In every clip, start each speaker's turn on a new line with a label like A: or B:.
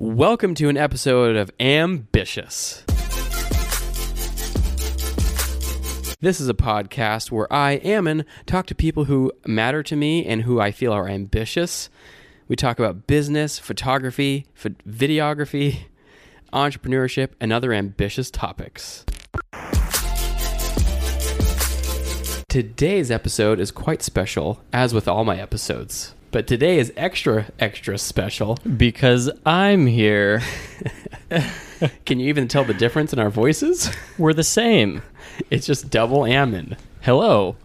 A: Welcome to an episode of Ambitious. This is a podcast where I, Ammon, talk to people who matter to me and who I feel are ambitious. We talk about business, photography, ph- videography, entrepreneurship, and other ambitious topics. Today's episode is quite special, as with all my episodes. But today is extra, extra special.
B: Because I'm here.
A: Can you even tell the difference in our voices?
B: We're the same.
A: It's just double ammon.
B: Hello.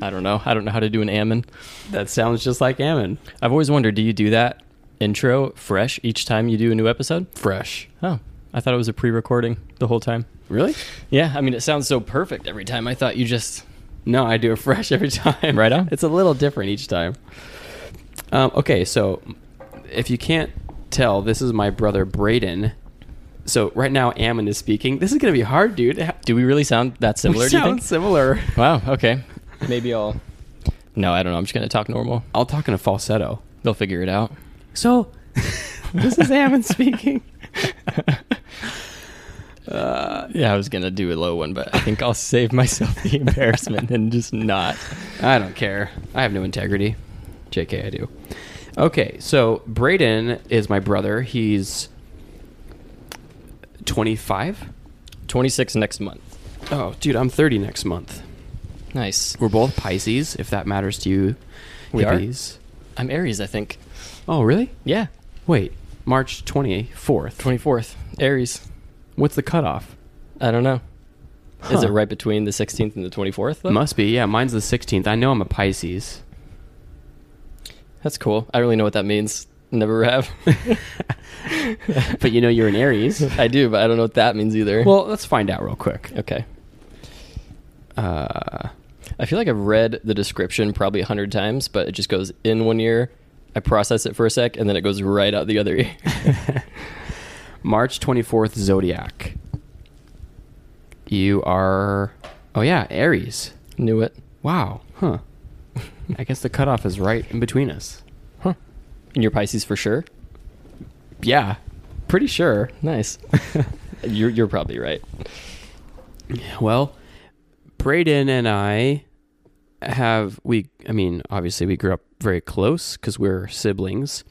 B: I don't know. I don't know how to do an ammon.
A: That sounds just like ammon.
B: I've always wondered do you do that intro fresh each time you do a new episode?
A: Fresh.
B: Oh, I thought it was a pre recording the whole time.
A: Really?
B: Yeah, I mean, it sounds so perfect every time. I thought you just.
A: No, I do it fresh every time.
B: Right on.
A: It's a little different each time. Um, okay, so if you can't tell, this is my brother Braden. So right now, Ammon is speaking. This is gonna be hard, dude. Ha-
B: Do we really sound that similar,
A: we
B: do you
A: sound
B: think?
A: similar.
B: Wow, okay. Maybe I'll. No, I don't know. I'm just going to talk normal.
A: I'll talk in a falsetto.
B: They'll figure it out.
A: So, this is Ammon speaking.
B: Uh, Yeah, I was going to do a low one, but I think I'll save myself the embarrassment and just not.
A: I don't care. I have no integrity. JK, I do. Okay, so Braden is my brother. He's 25.
B: 26 next month.
A: Oh, dude, I'm 30 next month.
B: Nice.
A: We're both Pisces, if that matters to you.
B: We are?
A: hippies.
B: I'm Aries, I think.
A: Oh, really?
B: Yeah.
A: Wait, March 24th.
B: 24th. Aries.
A: What's the cutoff?
B: I don't know. Is
A: Huh.
B: it right between the 16th and the 24th? Though?
A: Must be. Yeah, mine's the 16th. I know I'm a Pisces.
B: That's cool. I don't really know what that means. Never have.
A: But you know you're an Aries.
B: I do, but I don't know what that means either.
A: well, let's find out real quick.
B: okay.
A: Uh,
B: I feel like I've read the description probably a hundred times, but it just goes in one ear. I process it for a sec, and then it goes right out the other ear.
A: March 24th zodiac. You are Oh yeah, Aries.
B: Knew it.
A: Wow. Huh. I guess the cutoff is right in between us.
B: Huh. And you're Pisces for sure.
A: Yeah. Pretty sure.
B: Nice. you're you're probably right.
A: Well, Braden and I have we I mean, obviously we grew up very close cuz we're siblings.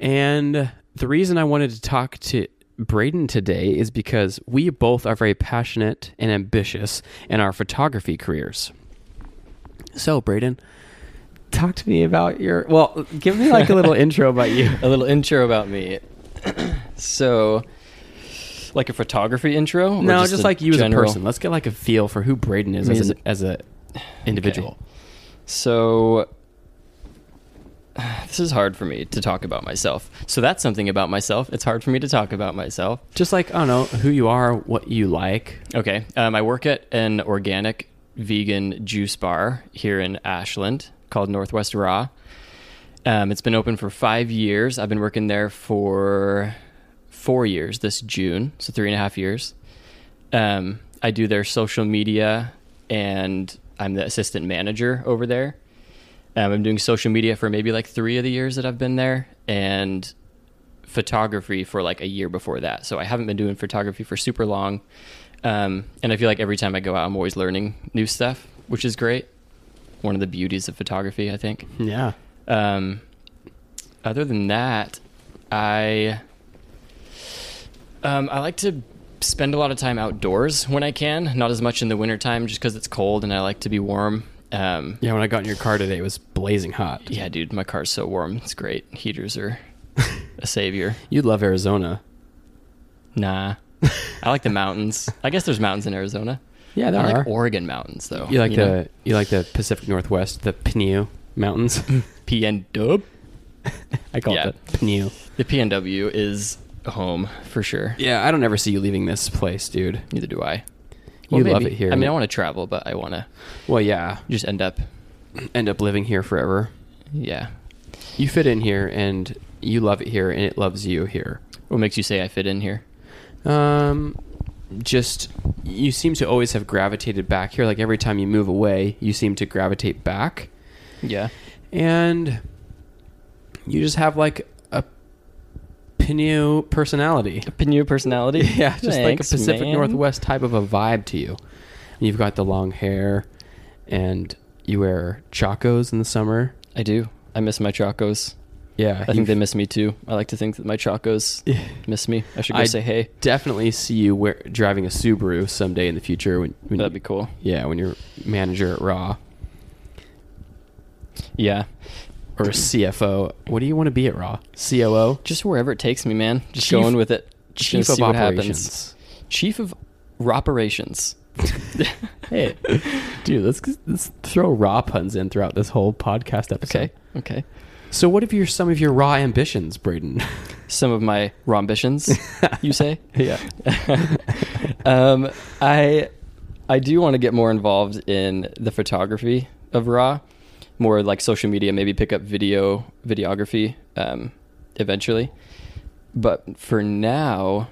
A: And the reason I wanted to talk to Braden today is because we both are very passionate and ambitious in our photography careers. So, Braden, talk to me about your well, give me like a little intro about you.
B: a little intro about me. so, like a photography intro? or
A: No, just,
B: a
A: like you
B: general-
A: as a person. Let's get like a feel for who Braden is
B: Me
A: as an, as a individual.
B: So, this is hard for me to talk about myself. So that's something about myself. It's hard for me to talk about myself.
A: Just like I don't know who you are, what you like.
B: Okay, um, I work at an organic vegan juice bar here in Ashland called Northwest Raw. Um, it's been open for five years. I've been working there for four years this June, so three and a half years. Um, I do their social media, and I'm the assistant manager over there. Um, I'm doing social media for maybe like three of the years that I've been there, and photography for like a year before that. So I haven't been doing photography for super long. Um, and I feel like every time I go out, I'm always learning new stuff, which is great. One of the beauties of photography, I think.
A: Yeah.
B: Um, other than that, I um, I like to spend a lot of time outdoors when I can. Not as much in the wintertime, just because it's cold and I like to be warm. Um,
A: Yeah, when I got in your car today, it was blazing hot.
B: yeah, dude, my car's so warm. It's great. Heaters are a savior.
A: You'd love Arizona.
B: Nah, I like the mountains. I guess there's mountains in Arizona.
A: Yeah, there
B: I
A: are.
B: like Oregon mountains though.
A: you like the
B: know?
A: you like the Pacific Northwest, the Pineo Mountains.
B: PN Dub?
A: I call
B: Mm. Yeah.
A: it the Pineo.
B: The PNW is home for sure.
A: Yeah, I don't ever see you leaving this place, dude.
B: Neither do I.
A: You love it here.
B: I mean, I want to travel, but I want to
A: Well, yeah,
B: just end up.
A: end up living here forever.
B: Yeah.
A: You fit in here, and you love it here, and it loves you here.
B: What makes you say I fit in here?
A: Um, just you seem to always have gravitated back here. Like every time you move away, you seem to gravitate back,
B: Yeah.
A: and you just have like a Pinot personality.
B: Pinot personality.
A: Yeah, just like a
B: Thanks,
A: Pacific
B: man.
A: Northwest type of a vibe to you. You've got the long hair, and you wear chacos in the summer.
B: I do. I miss my chacos.
A: Yeah,
B: I think they
A: you
B: miss me too. I like to think that my chacos
A: Yeah.
B: miss me. I should go
A: I-
B: say hey.
A: definitely see you wear, driving a Subaru someday in the future. When, when
B: That'd be cool.
A: yeah, when you're manager at Raw
B: Yeah.
A: or a CFO. What do you want to be at Raw? COO,
B: Just wherever it takes me, man. Just
A: Chief-
B: going with it. Just gonna
A: chief of
B: see what happens.
A: operations.
B: Chief of operations.
A: Hey, dude, let's, let's throw raw puns in throughout this whole podcast episode.
B: Okay. Okay.
A: So, what have your some of your raw ambitions, Braden?
B: Some of my rombitions, you say?
A: yeah.
B: um, I I do want to get more involved in the photography of raw, more like social media. Maybe pick up video videography um, eventually, but for now,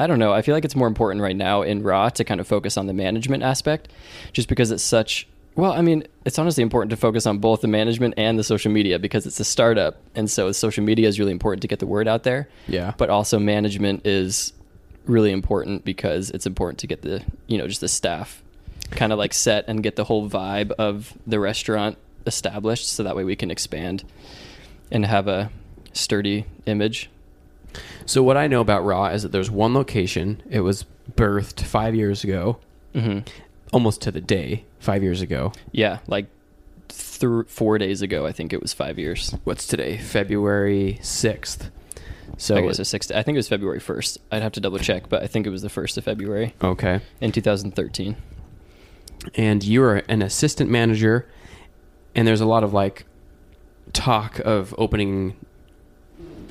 B: I don't know. I feel like it's more important right now in raw to kind of focus on the management aspect, just because it's such. Well, I mean, it's honestly important to focus on both the management and the social media because it's a startup, and so social media is really important to get the word out there
A: Yeah.
B: but also management is really important because it's important to get the you know just the staff kind of like set and get the whole vibe of the restaurant established so that way we can expand and have a sturdy image
A: So what I know about Raw is that there's one location. It was birthed five years ago,
B: hmm
A: almost to the day. Five years ago.
B: yeah like th- four days ago i think it was five years
A: What's today? February sixth. So
B: i guess it was six i think it was february 1st i'd have to double check but i think it was the 1st of february
A: okay.
B: in 2013
A: And you are an assistant manager, and there's a lot of like talk of opening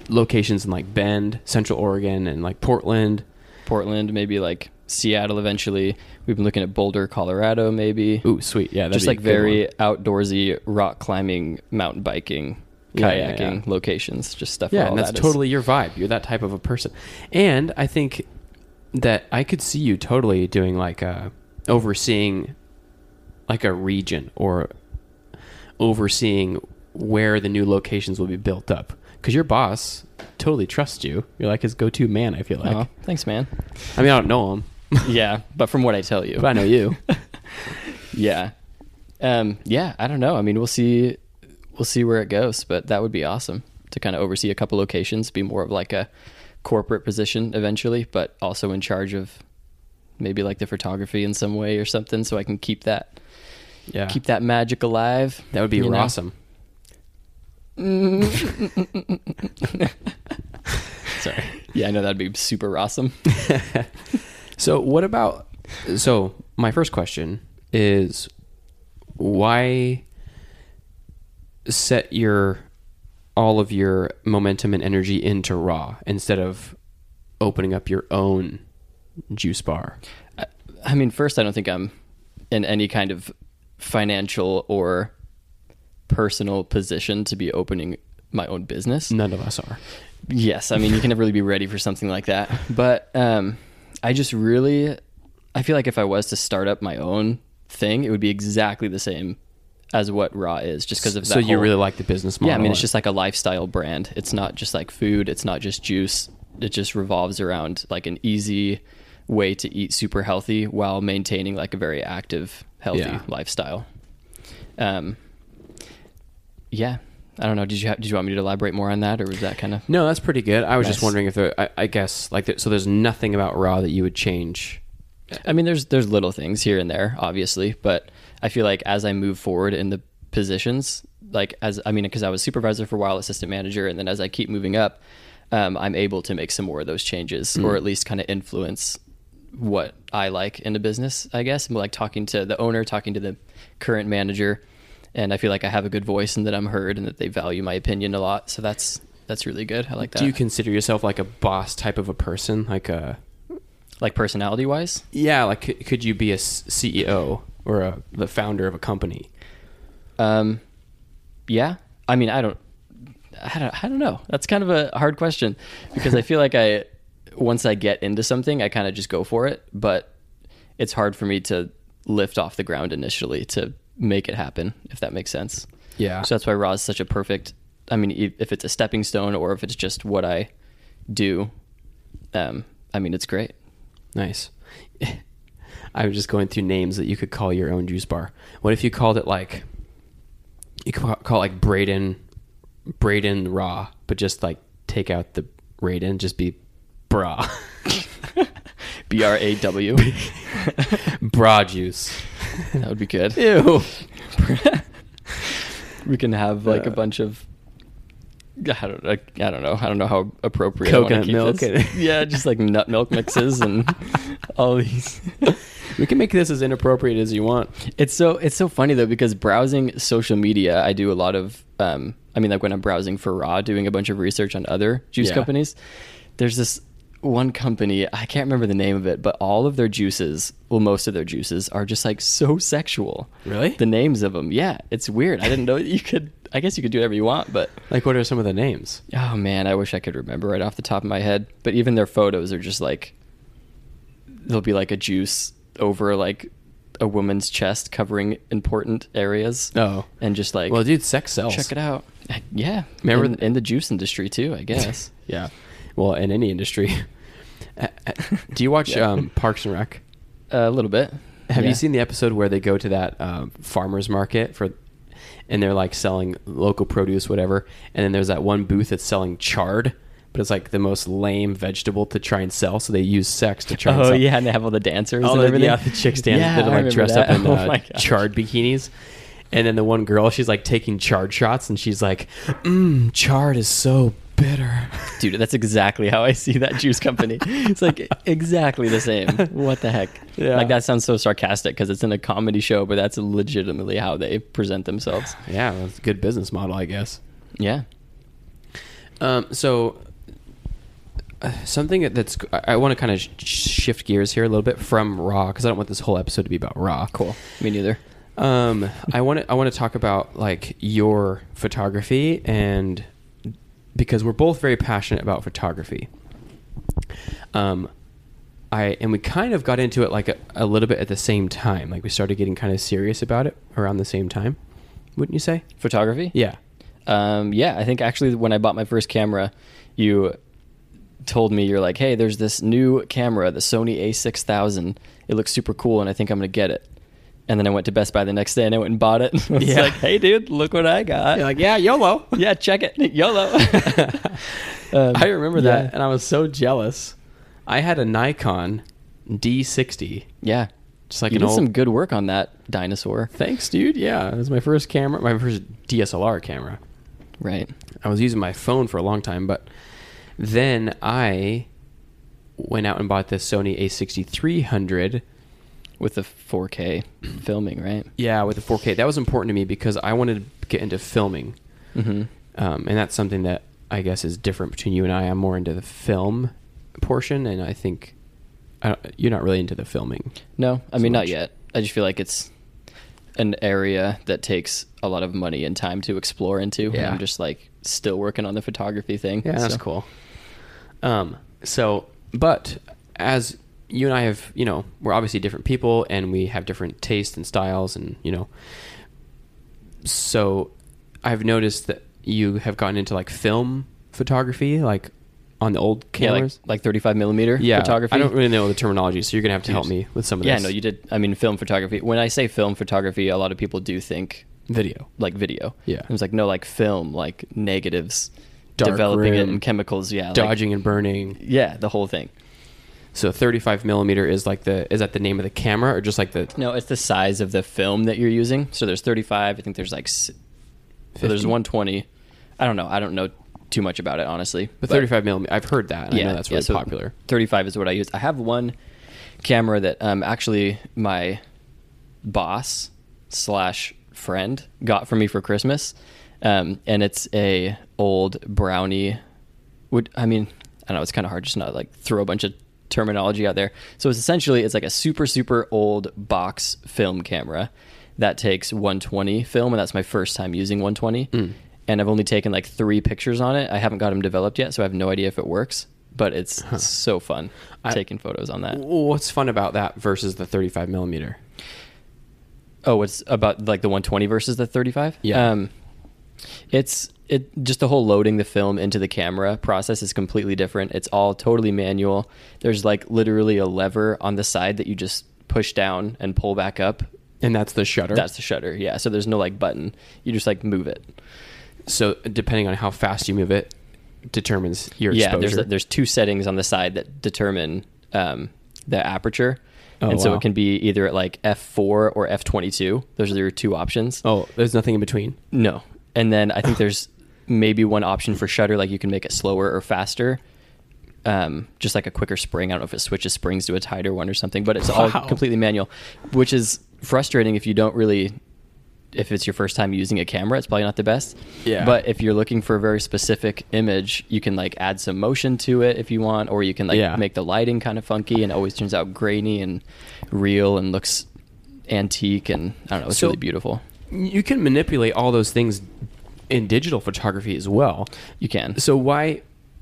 A: locations in like Bend, Central Oregon, and like Portland.
B: portland maybe like seattle eventually we've been looking at boulder colorado maybe
A: Ooh, sweet. Yeah, that'd
B: just
A: be a
B: like
A: good
B: very
A: one.
B: outdoorsy rock climbing, mountain biking,
A: Yeah,
B: kayaking
A: yeah, yeah.
B: locations, just stuff. where
A: Yeah,
B: all
A: and that's
B: that is.
A: totally your vibe. You're that type of a person. And I think that I could see you totally doing like a overseeing like a region or overseeing where the new locations will be built up cuz your boss totally trusts you. You're like his go-to man, I feel like.
B: Aw, Uh-huh. thanks, man.
A: I mean, I don't know him,
B: yeah, but from what I tell you,
A: but I know you.
B: yeah, um, yeah. I don't know. I mean, we'll see. We'll see where it goes, but that would be awesome to kind of oversee a couple locations, be more of like a corporate position eventually, but also in charge of maybe like the photography in some way or something, so I can keep that
A: yeah.
B: keep that magic alive.
A: that would be
B: you know?
A: awesome.
B: Sorry. Yeah, I know that'd be super awesome.
A: So, what about? So, my first question is, why set your all of your momentum and energy into raw instead of opening up your own juice bar?
B: I- I mean, first, I don't think I'm in any kind of financial or personal position to be opening my own business.
A: None of us are.
B: Yes, I mean, you can never really be ready for something like that. But um, I just really, I feel like if I was to start up my own thing, it would be exactly the same as what Raw is, just because of that.
A: so you
B: whole-
A: really like the business model.
B: yeah, I mean, it's just like a lifestyle brand. It's not just like food. It's not just juice. It just revolves around like an easy way to eat super healthy while maintaining like a very active, healthy
A: Yeah.
B: lifestyle. Um, yeah, I don't know. Did you ha- did you want me to elaborate more on that, or was that kind of
A: no, that's pretty good. I was just
B: Nice.
A: wondering if there. I, I guess like there, so. There's nothing about raw that you would change.
B: I mean, there's there's little things here and there, obviously, but I feel like as I move forward in the positions, like as I mean, because I was supervisor for a while, assistant manager, and then as I keep moving up, um, I'm able to make some more of those changes, or
A: Mm.
B: at least kind of influence what I like in a business. I guess I'm like talking to the owner, talking to the current manager, and I feel like I have a good voice and that I'm heard and that they value my opinion a lot. So that's that's really good. I like that.
A: Do you consider yourself like a boss type of a person? Like a
B: like personality wise?
A: Yeah, like c- could you be a s- CEO or a, the founder of a company?
B: Um, yeah. I mean, I don't, I don't, I don't know. That's kind of a hard question because I feel like I, once I get into something, I kind of just go for it, but it's hard for me to lift off the ground initially to make it happen, if that makes sense.
A: Yeah.
B: So that's why Raw is such a perfect I mean, if if it's a stepping stone or if it's just what I do, um, I mean, it's great.
A: Nice. I was just going through names that you could call your own juice bar. What if you called it like you could call it like Braden Braden Raw, but just like take out the Raiden, just be bra.
B: B R A W.
A: bra juice.
B: That would be good.
A: Ew.
B: We can have like
A: Uh,
B: a bunch of. I don't. I, I don't know. I don't know how appropriate.
A: Coconut
B: I wanna keep
A: milk
B: this.
A: and-
B: yeah, just like nut milk mixes and all these.
A: we can make this as inappropriate as you want.
B: It's so it's so funny though because browsing social media, I do a lot of. Um, I mean, like when I'm browsing for raw, doing a bunch of research on other juice
A: Yeah.
B: companies. There's this one company I can't remember the name of it, but all of their juices, well, most of their juices are just like so sexual.
A: Really?
B: The names of them, yeah, it's weird. I didn't know that you could. I guess you could do whatever you want, but
A: Like what are some of the names?
B: oh man, I wish I could remember right off the top of my head. But even their photos are just like there'll be like a juice over like a woman's chest covering important areas.
A: Oh.
B: And just like
A: Well, dude, sex sells.
B: check it out. I- Yeah.
A: Remember
B: in,
A: th-
B: in the juice industry too, I guess.
A: Yeah. Well, in any industry. Uh, uh, Do you watch
B: Yeah.
A: um, Parks and Rec?
B: a little bit.
A: Have
B: Yeah.
A: you seen the episode where they go to that um, farmers market for, and they're like selling local produce, whatever? And then there's that one booth that's selling chard, but it's like the most lame vegetable to try and sell. So they use sex to try. and
B: Oh
A: sell.
B: yeah, and they have all the dancers
A: All
B: and
A: the,
B: everything.
A: Oh, yeah, the chicks dance
B: Yeah,
A: that
B: I
A: are like
B: remember
A: dressed
B: that.
A: up in
B: Oh
A: uh,
B: my gosh.
A: charred bikinis. And then the one girl, she's like taking chard shots, and she's like, "Mmm, chard is so bitter."
B: Dude, that's exactly how I see that juice company. It's like exactly the same. What the heck?
A: Yeah.
B: Like that sounds so sarcastic because it's in a comedy show, but that's legitimately how they present themselves.
A: Yeah, that's a good business model, I guess.
B: Yeah.
A: Um, so uh, something that- that's I, I want to kind of sh- shift gears here a little bit from Raw because I don't want this whole episode to be about Raw.
B: Cool. Me neither.
A: Um, I want to I want to talk about like your photography and because we're both very passionate about photography. Um, I and we kind of got into it like a, a little bit at the same time. Like we started getting kind of serious about it around the same time, wouldn't you say?
B: Photography?
A: Yeah.
B: Um, yeah, I think actually when I bought my first camera, you told me you're like, "Hey, there's this new camera, the Sony A6000. It looks super cool, and I think I'm gonna get it." And then I went to Best Buy the next day, and I went and bought it. It's
A: Yeah.
B: like, "Hey, dude, look what I got!"
A: yeah, YOLO.
B: yeah, check it, YOLO. Um,
A: I remember
B: yeah.
A: that, and I was so jealous. I had a Nikon D60,
B: Yeah,
A: just like
B: you
A: an
B: did
A: old.
B: some good work on that dinosaur,
A: Thanks, dude. Yeah, it was my first camera, my first DSLR camera.
B: right?
A: I was using my phone for a long time, but then I went out and bought this Sony A6300.
B: With the 4K filming, right?
A: Yeah, with a 4K. That was important to me because I wanted to get into filming,
B: Mm-hmm.
A: um, and that's something that I guess is different between you and I. I'm more into the film portion, and I think I don't, you're not really into the filming.
B: No, I mean not
A: much.
B: yet. I just feel like it's an area that takes a lot of money and time to explore into. And
A: Yeah.
B: I'm just like still working on the photography thing.
A: Yeah, that's
B: so-
A: cool. Um, so, but as you and I have, you know, we're obviously different people and we have different tastes and styles and, you know, so I've noticed that you have gotten into like film photography, like on the old
B: Yeah, like,
A: cameras.
B: like 35 millimeter
A: Yeah,
B: photography.
A: I don't really know the terminology, so you're going to have to help me with some of
B: yeah,
A: this.
B: no, you did. I mean, film photography. When I say film photography, a lot of people do think
A: Video.
B: like video.
A: Yeah.
B: It was like, no, like film, like negatives,
A: Dark
B: developing it
A: room,
B: in chemicals. Yeah. like-
A: Dodging and burning.
B: yeah, the whole thing.
A: So 35 millimeter is like the, is that the name of the camera or just like the
B: No, it's the size of the film that you're using. So there's 35. I think there's like, s- so there's
A: 50?
B: 120. I don't know. I don't know too much about it, honestly.
A: But 35 millimeter, I've heard that. And I know that's really
B: so
A: popular.
B: 35 is what I use. I have one camera that um, actually my boss slash friend got for me for Christmas, um, and it's a old brownie. Would I mean? I don't know. It's kind of hard just not like throw a bunch of terminology out there. So it's essentially it's like a super super old box film camera that takes 120 film, and that's my first time using 120. And I've only taken like three pictures on it. I haven't got them developed yet, so I have no idea if it works. But it's so fun
A: I-
B: taking photos on that.
A: What's fun about that versus the 35 millimeter?
B: Oh, it's about like the 120 versus the 35.
A: Yeah.
B: Um, It's it just the whole loading the film into the camera process is completely different. It's all totally manual. There's like literally a lever on the side that you just push down and pull back up.
A: And that's the shutter.
B: That's the shutter. Yeah. So there's no like button. You just like move it.
A: so depending on how fast you move it, determines your
B: yeah.
A: exposure.
B: There's there's two settings on the side that determine um, the aperture.
A: Oh,
B: and so
A: wow.
B: it can be either at like f4 or f22. Those are your two options.
A: oh, there's nothing in between.
B: No. And then I think there's maybe one option for shutter, like you can make it slower or faster. Um, just like a quicker spring. I don't know if it switches springs to a tighter one or something, but it's
A: Wow.
B: all completely manual, which is frustrating if you don't really if it's your first time using a camera, it's probably not the best.
A: Yeah.
B: But if you're looking for a very specific image, you can like add some motion to it if you want, or you can like
A: Yeah.
B: make the lighting kind of funky and it always turns out grainy and real and looks antique and I don't know, it's
A: So-
B: really beautiful.
A: You can manipulate all those things in digital photography as well.
B: You can.
A: So why?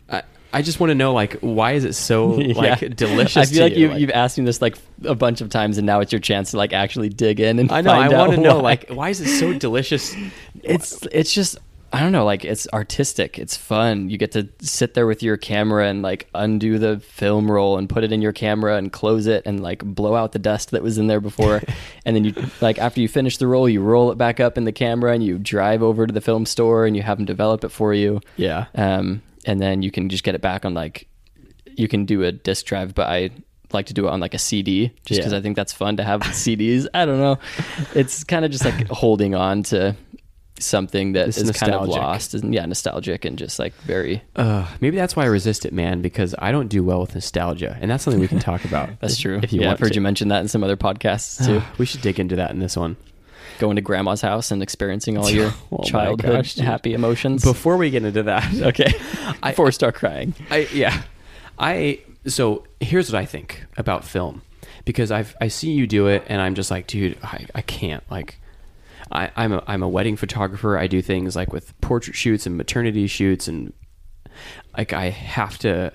A: I, I just want to know like why is it so like
B: Yeah.
A: delicious?
B: I feel
A: to
B: like
A: you?
B: have you've asked me this like a bunch of times, and now it's your chance to like actually dig in and
A: I know. I
B: find out
A: want to know
B: why.
A: like why is it so delicious?
B: it's it's just I don't know like it's artistic. It's fun. You get to sit there with your camera and like undo the film roll and put it in your camera and close it and like blow out the dust that was in there before, and then you like after you finish the roll, you roll it back up in the camera and you drive over to the film store and you have them develop it for you.
A: Yeah.
B: Um, and then you can just get it back on like, you can do a disk drive, but I like to do it on like a CD just because
A: Yeah.
B: I think that's fun to have CDs. I don't know. It's kind of just like holding on to something that
A: It's
B: is kind of
A: nostalgic.
B: lost. And, yeah, nostalgic and just like very.
A: Uh, maybe that's why I resist it, man, because I don't do well with nostalgia, and that's something we can talk about.
B: That's true.
A: If you
B: yeah,
A: want
B: I've heard
A: to.
B: you mention that in some other podcasts too.
A: we should dig into that in this one.
B: Going to grandma's house and experiencing all your
A: Oh my
B: childhood
A: gosh, dude.
B: happy emotions.
A: Before we get into that,
B: okay.
A: I-
B: Before I start crying.
A: I yeah. I so here's what I think about film because I've I see you do it and I'm just like, dude, I, I can't like I, I'm a I'm a wedding photographer. I do things like with portrait shoots and maternity shoots and like I have to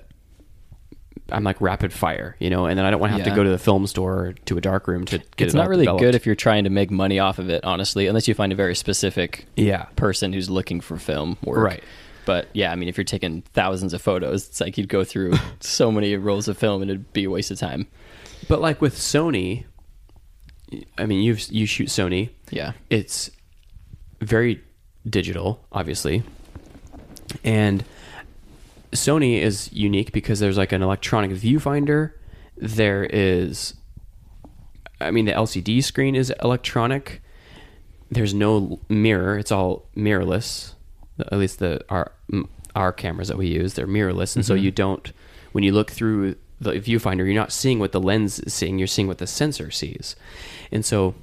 A: I'm like rapid fire, you know, and then I don't want to have
B: Yeah.
A: to go to the film store or to a dark room to get
B: it's
A: it
B: not
A: all
B: really
A: developed.
B: good if you're trying to make money off of it, honestly, unless you find a very specific
A: yeah.
B: person who's looking for film work.
A: Right.
B: But yeah, I mean, if you're taking thousands of photos, it's like you'd go through so many rolls of film and it'd be a waste of time.
A: But like with Sony, I mean, you you shoot Sony.
B: Yeah.
A: It's very digital, obviously, and Sony is unique because there's like an electronic viewfinder. There is, I mean, the LCD screen is electronic. There's no mirror; it's all mirrorless. At least the our m- our cameras that we use they're mirrorless, and so you don't when you look through the viewfinder, you're not seeing what the lens is seeing; you're seeing what the sensor sees, and so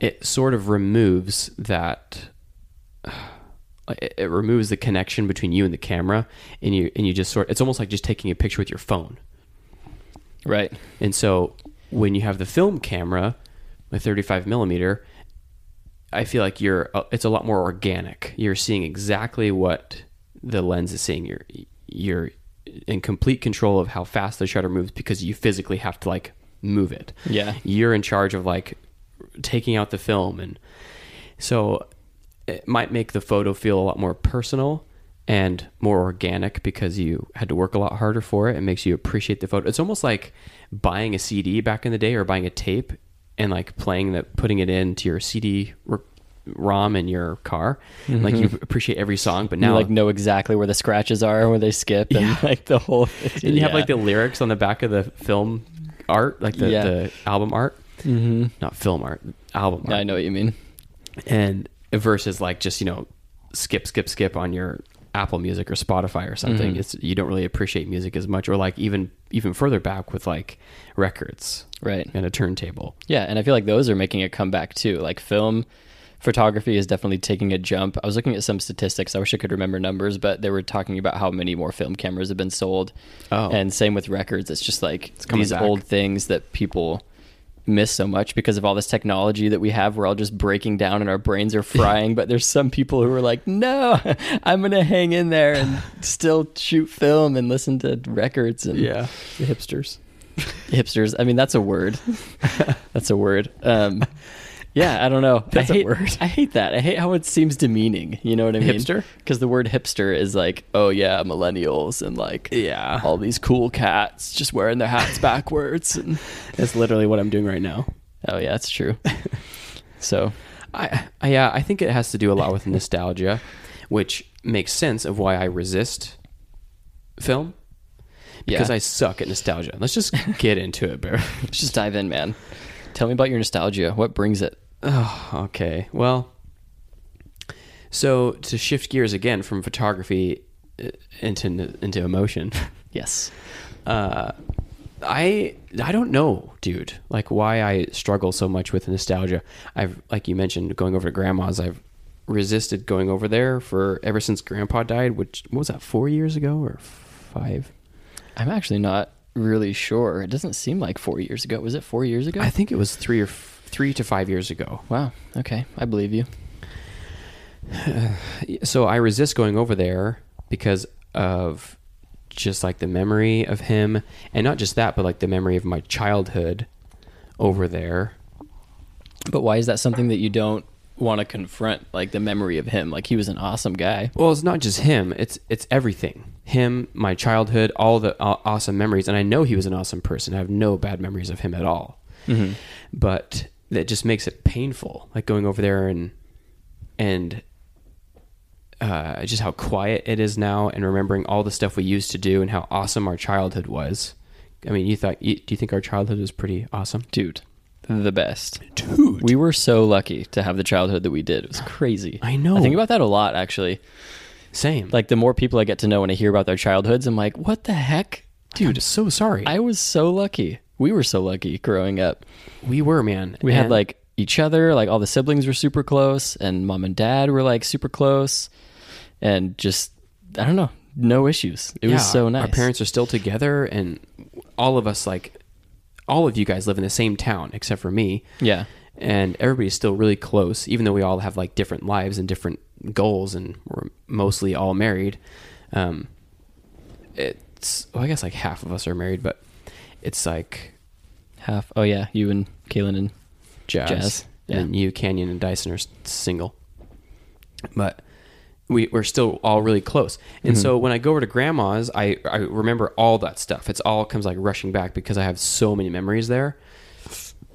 A: it sort of removes that it, it removes the connection between you and the camera and you and you just sort it's almost like just taking a picture with your phone
B: Right.
A: and so when you have the film camera a 35 millimeter i feel like you're uh, it's a lot more organic you're seeing exactly what the lens is seeing you're you're in complete control of how fast the shutter moves because you physically have to like move it
B: Yeah.
A: you're in charge of like taking out the film and so it might make the photo feel a lot more personal and more organic because you had to work a lot harder for it it makes you appreciate the photo it's almost like buying a cd back in the day or buying a tape and like playing the putting it into your cd r- rom in your car like you appreciate every song but
B: Mm-hmm. You
A: now
B: like know exactly where the scratches are, where they skip, and like the whole.
A: and you have like
B: yeah.
A: the lyrics on the back of the film art like the,
B: Yeah.
A: the album art mm-hmm. not film art album art
B: I know what you mean.
A: and versus like just you know skip skip skip on your apple music or spotify or something it's you don't really appreciate music as much or like even even further back with like records
B: Right.
A: and a turntable
B: Yeah, and I feel like those are making a comeback too. Like film photography is definitely taking a jump. I was looking at some statistics. I wish I could remember numbers, but they were talking about how many more film cameras have been sold.
A: Oh.
B: And same with records. It's just like
A: coming
B: these
A: back.
B: old things that people miss so much because of all this technology that we have. We're all just breaking down and our brains are frying, but there's some people who are like, "No, I'm going to hang in there and still shoot film and listen to records and
A: the hipsters
B: hipsters i mean that's a word that's a word um Yeah, I don't know.
A: That's
B: I
A: a
B: hate,
A: word.
B: I hate that. I hate how it seems demeaning. You know what I mean?
A: Hipster?
B: Because the word hipster is like, oh yeah, millennials and like
A: Yeah.
B: all these cool cats just wearing their hats backwards. And,
A: That's literally what I'm doing right now.
B: oh yeah, that's true. So
A: I, I yeah, I think it has to do a lot with nostalgia, which makes sense of why I resist film
B: yeah,
A: because I suck at nostalgia. Let's just get into it, bro.
B: let's just dive in, man. Tell me about your nostalgia. What brings it?
A: Oh, okay. Well, so to shift gears again from photography uh, into into emotion,
B: Yes.
A: uh, I I don't know, dude. Like why I struggle so much with nostalgia. I've like you mentioned going over to grandma's. I've resisted going over there for ever since grandpa died, which what was that 4 years ago or 5?
B: I'm actually not really sure. It doesn't seem like four years ago. Was it four years ago?
A: I think it was 3 or f- 3 to 5 years ago.
B: wow. Okay, I believe you.
A: so I resist going over there because of just like the memory of him and not just that but like the memory of my childhood over there
B: But why is that something that you don't want to confront? Like the memory of him. Like he was an awesome guy.
A: well it's not just him it's it's everything him my childhood all the aw- awesome memories and i know he was an awesome person i have no bad memories of him at all
B: Mm-hmm.
A: but that just makes it painful like going over there and and uh, just how quiet it is now and remembering all the stuff we used to do and how awesome our childhood was i mean you thought you, do you think our childhood was pretty awesome
B: Dude, the best.
A: dude
B: We were so lucky to have the childhood that we did. It was crazy.
A: I know.
B: I think about that a lot, actually.
A: same
B: Like the more people I get to know and I hear about their childhoods, I'm like, what the heck?
A: dude so sorry
B: I was so lucky. We were so lucky growing up.
A: we were man
B: We had
A: And-
B: like each other, like all the siblings were super close, and mom and dad were like super close, and just I don't know, no issues. It was
A: Yeah,
B: so nice.
A: Our parents are still together, and all of us, like, all of you guys live in the same town except for me.
B: yeah,
A: And everybody's still really close, even though we all have, like, different lives and different goals, and we're mostly all married. Um, it's, well, I guess, like, half of us are married, but it's like
B: half. Oh yeah, you and Kaylin and
A: jazz.
B: Jazz,
A: And you, Canyon, and Dyson are s- single. But we, we're still all really close. And so when I go over to grandma's, I, I remember all that stuff. It's all comes like rushing back because I have so many memories there.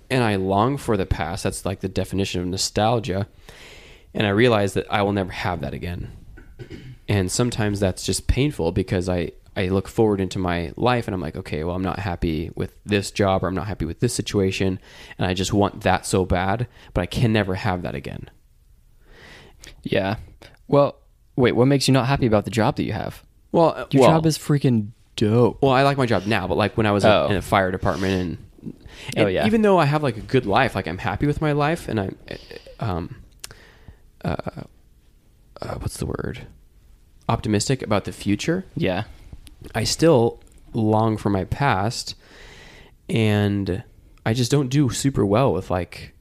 A: And I long for the past. That's like the definition of nostalgia. And I realize that I will never have that again. And sometimes that's just painful because I, I look forward into my life and I'm like, okay, well, I'm not happy with this job or I'm not happy with this situation. And I just want that so bad, but I can never have that again.
B: yeah. Well, wait, what makes you not happy about the job that you have?
A: Well, uh,
B: Your
A: well,
B: job is freaking dope.
A: Well, I like my job now, but like when I was uh
B: Oh.
A: in a fire department, and, and
B: Oh, yeah.
A: even though I have like a good life, like I'm happy with my life, and I'm, uh, um, uh, uh, what's the word? Optimistic about the future.
B: Yeah.
A: I still long for my past, and I just don't do super well with like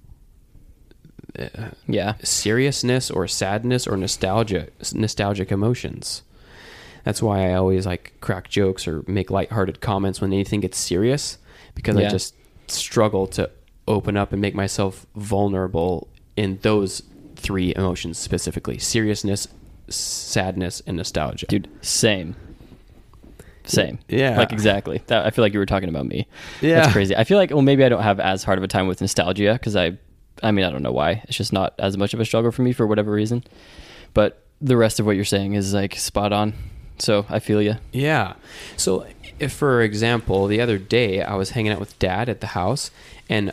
B: Yeah.
A: seriousness or sadness or nostalgia nostalgic emotions. That's why I always like crack jokes or make lighthearted comments when anything gets serious because I
B: Yeah.
A: just struggle to open up and make myself vulnerable in those three emotions specifically seriousness, sadness, and nostalgia.
B: Dude, same. Same.
A: Yeah.
B: Like exactly. That I feel like you were talking about me.
A: Yeah.
B: That's crazy. I feel like well maybe I don't have as hard of a time with nostalgia because I I mean I don't know why. It's just not as much of a struggle for me for whatever reason. But the rest of what you're saying is like spot on. So I feel you.
A: Yeah. So, if, for example, the other day I was hanging out with dad at the house, and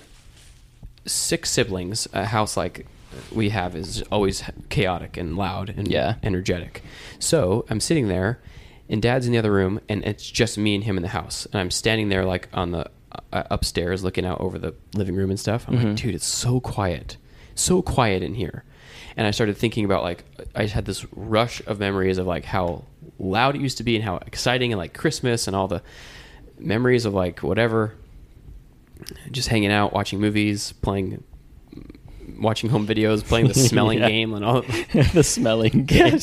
A: six siblings, a house like we have is always chaotic and loud and
B: Yeah.
A: energetic. So, I'm sitting there, and dad's in the other room, and it's just me and him in the house. And I'm standing there, like, on the uh, upstairs looking out over the living room and stuff. I'm like, dude, it's so quiet. So quiet in here. And I started thinking about, like, I had this rush of memories of, like, how loud it used to be and how exciting and, like, Christmas and all the memories of, like, whatever just hanging out, watching movies, playing, watching home videos, playing the smelling
B: Yeah.
A: game, and all.
B: the smelling game.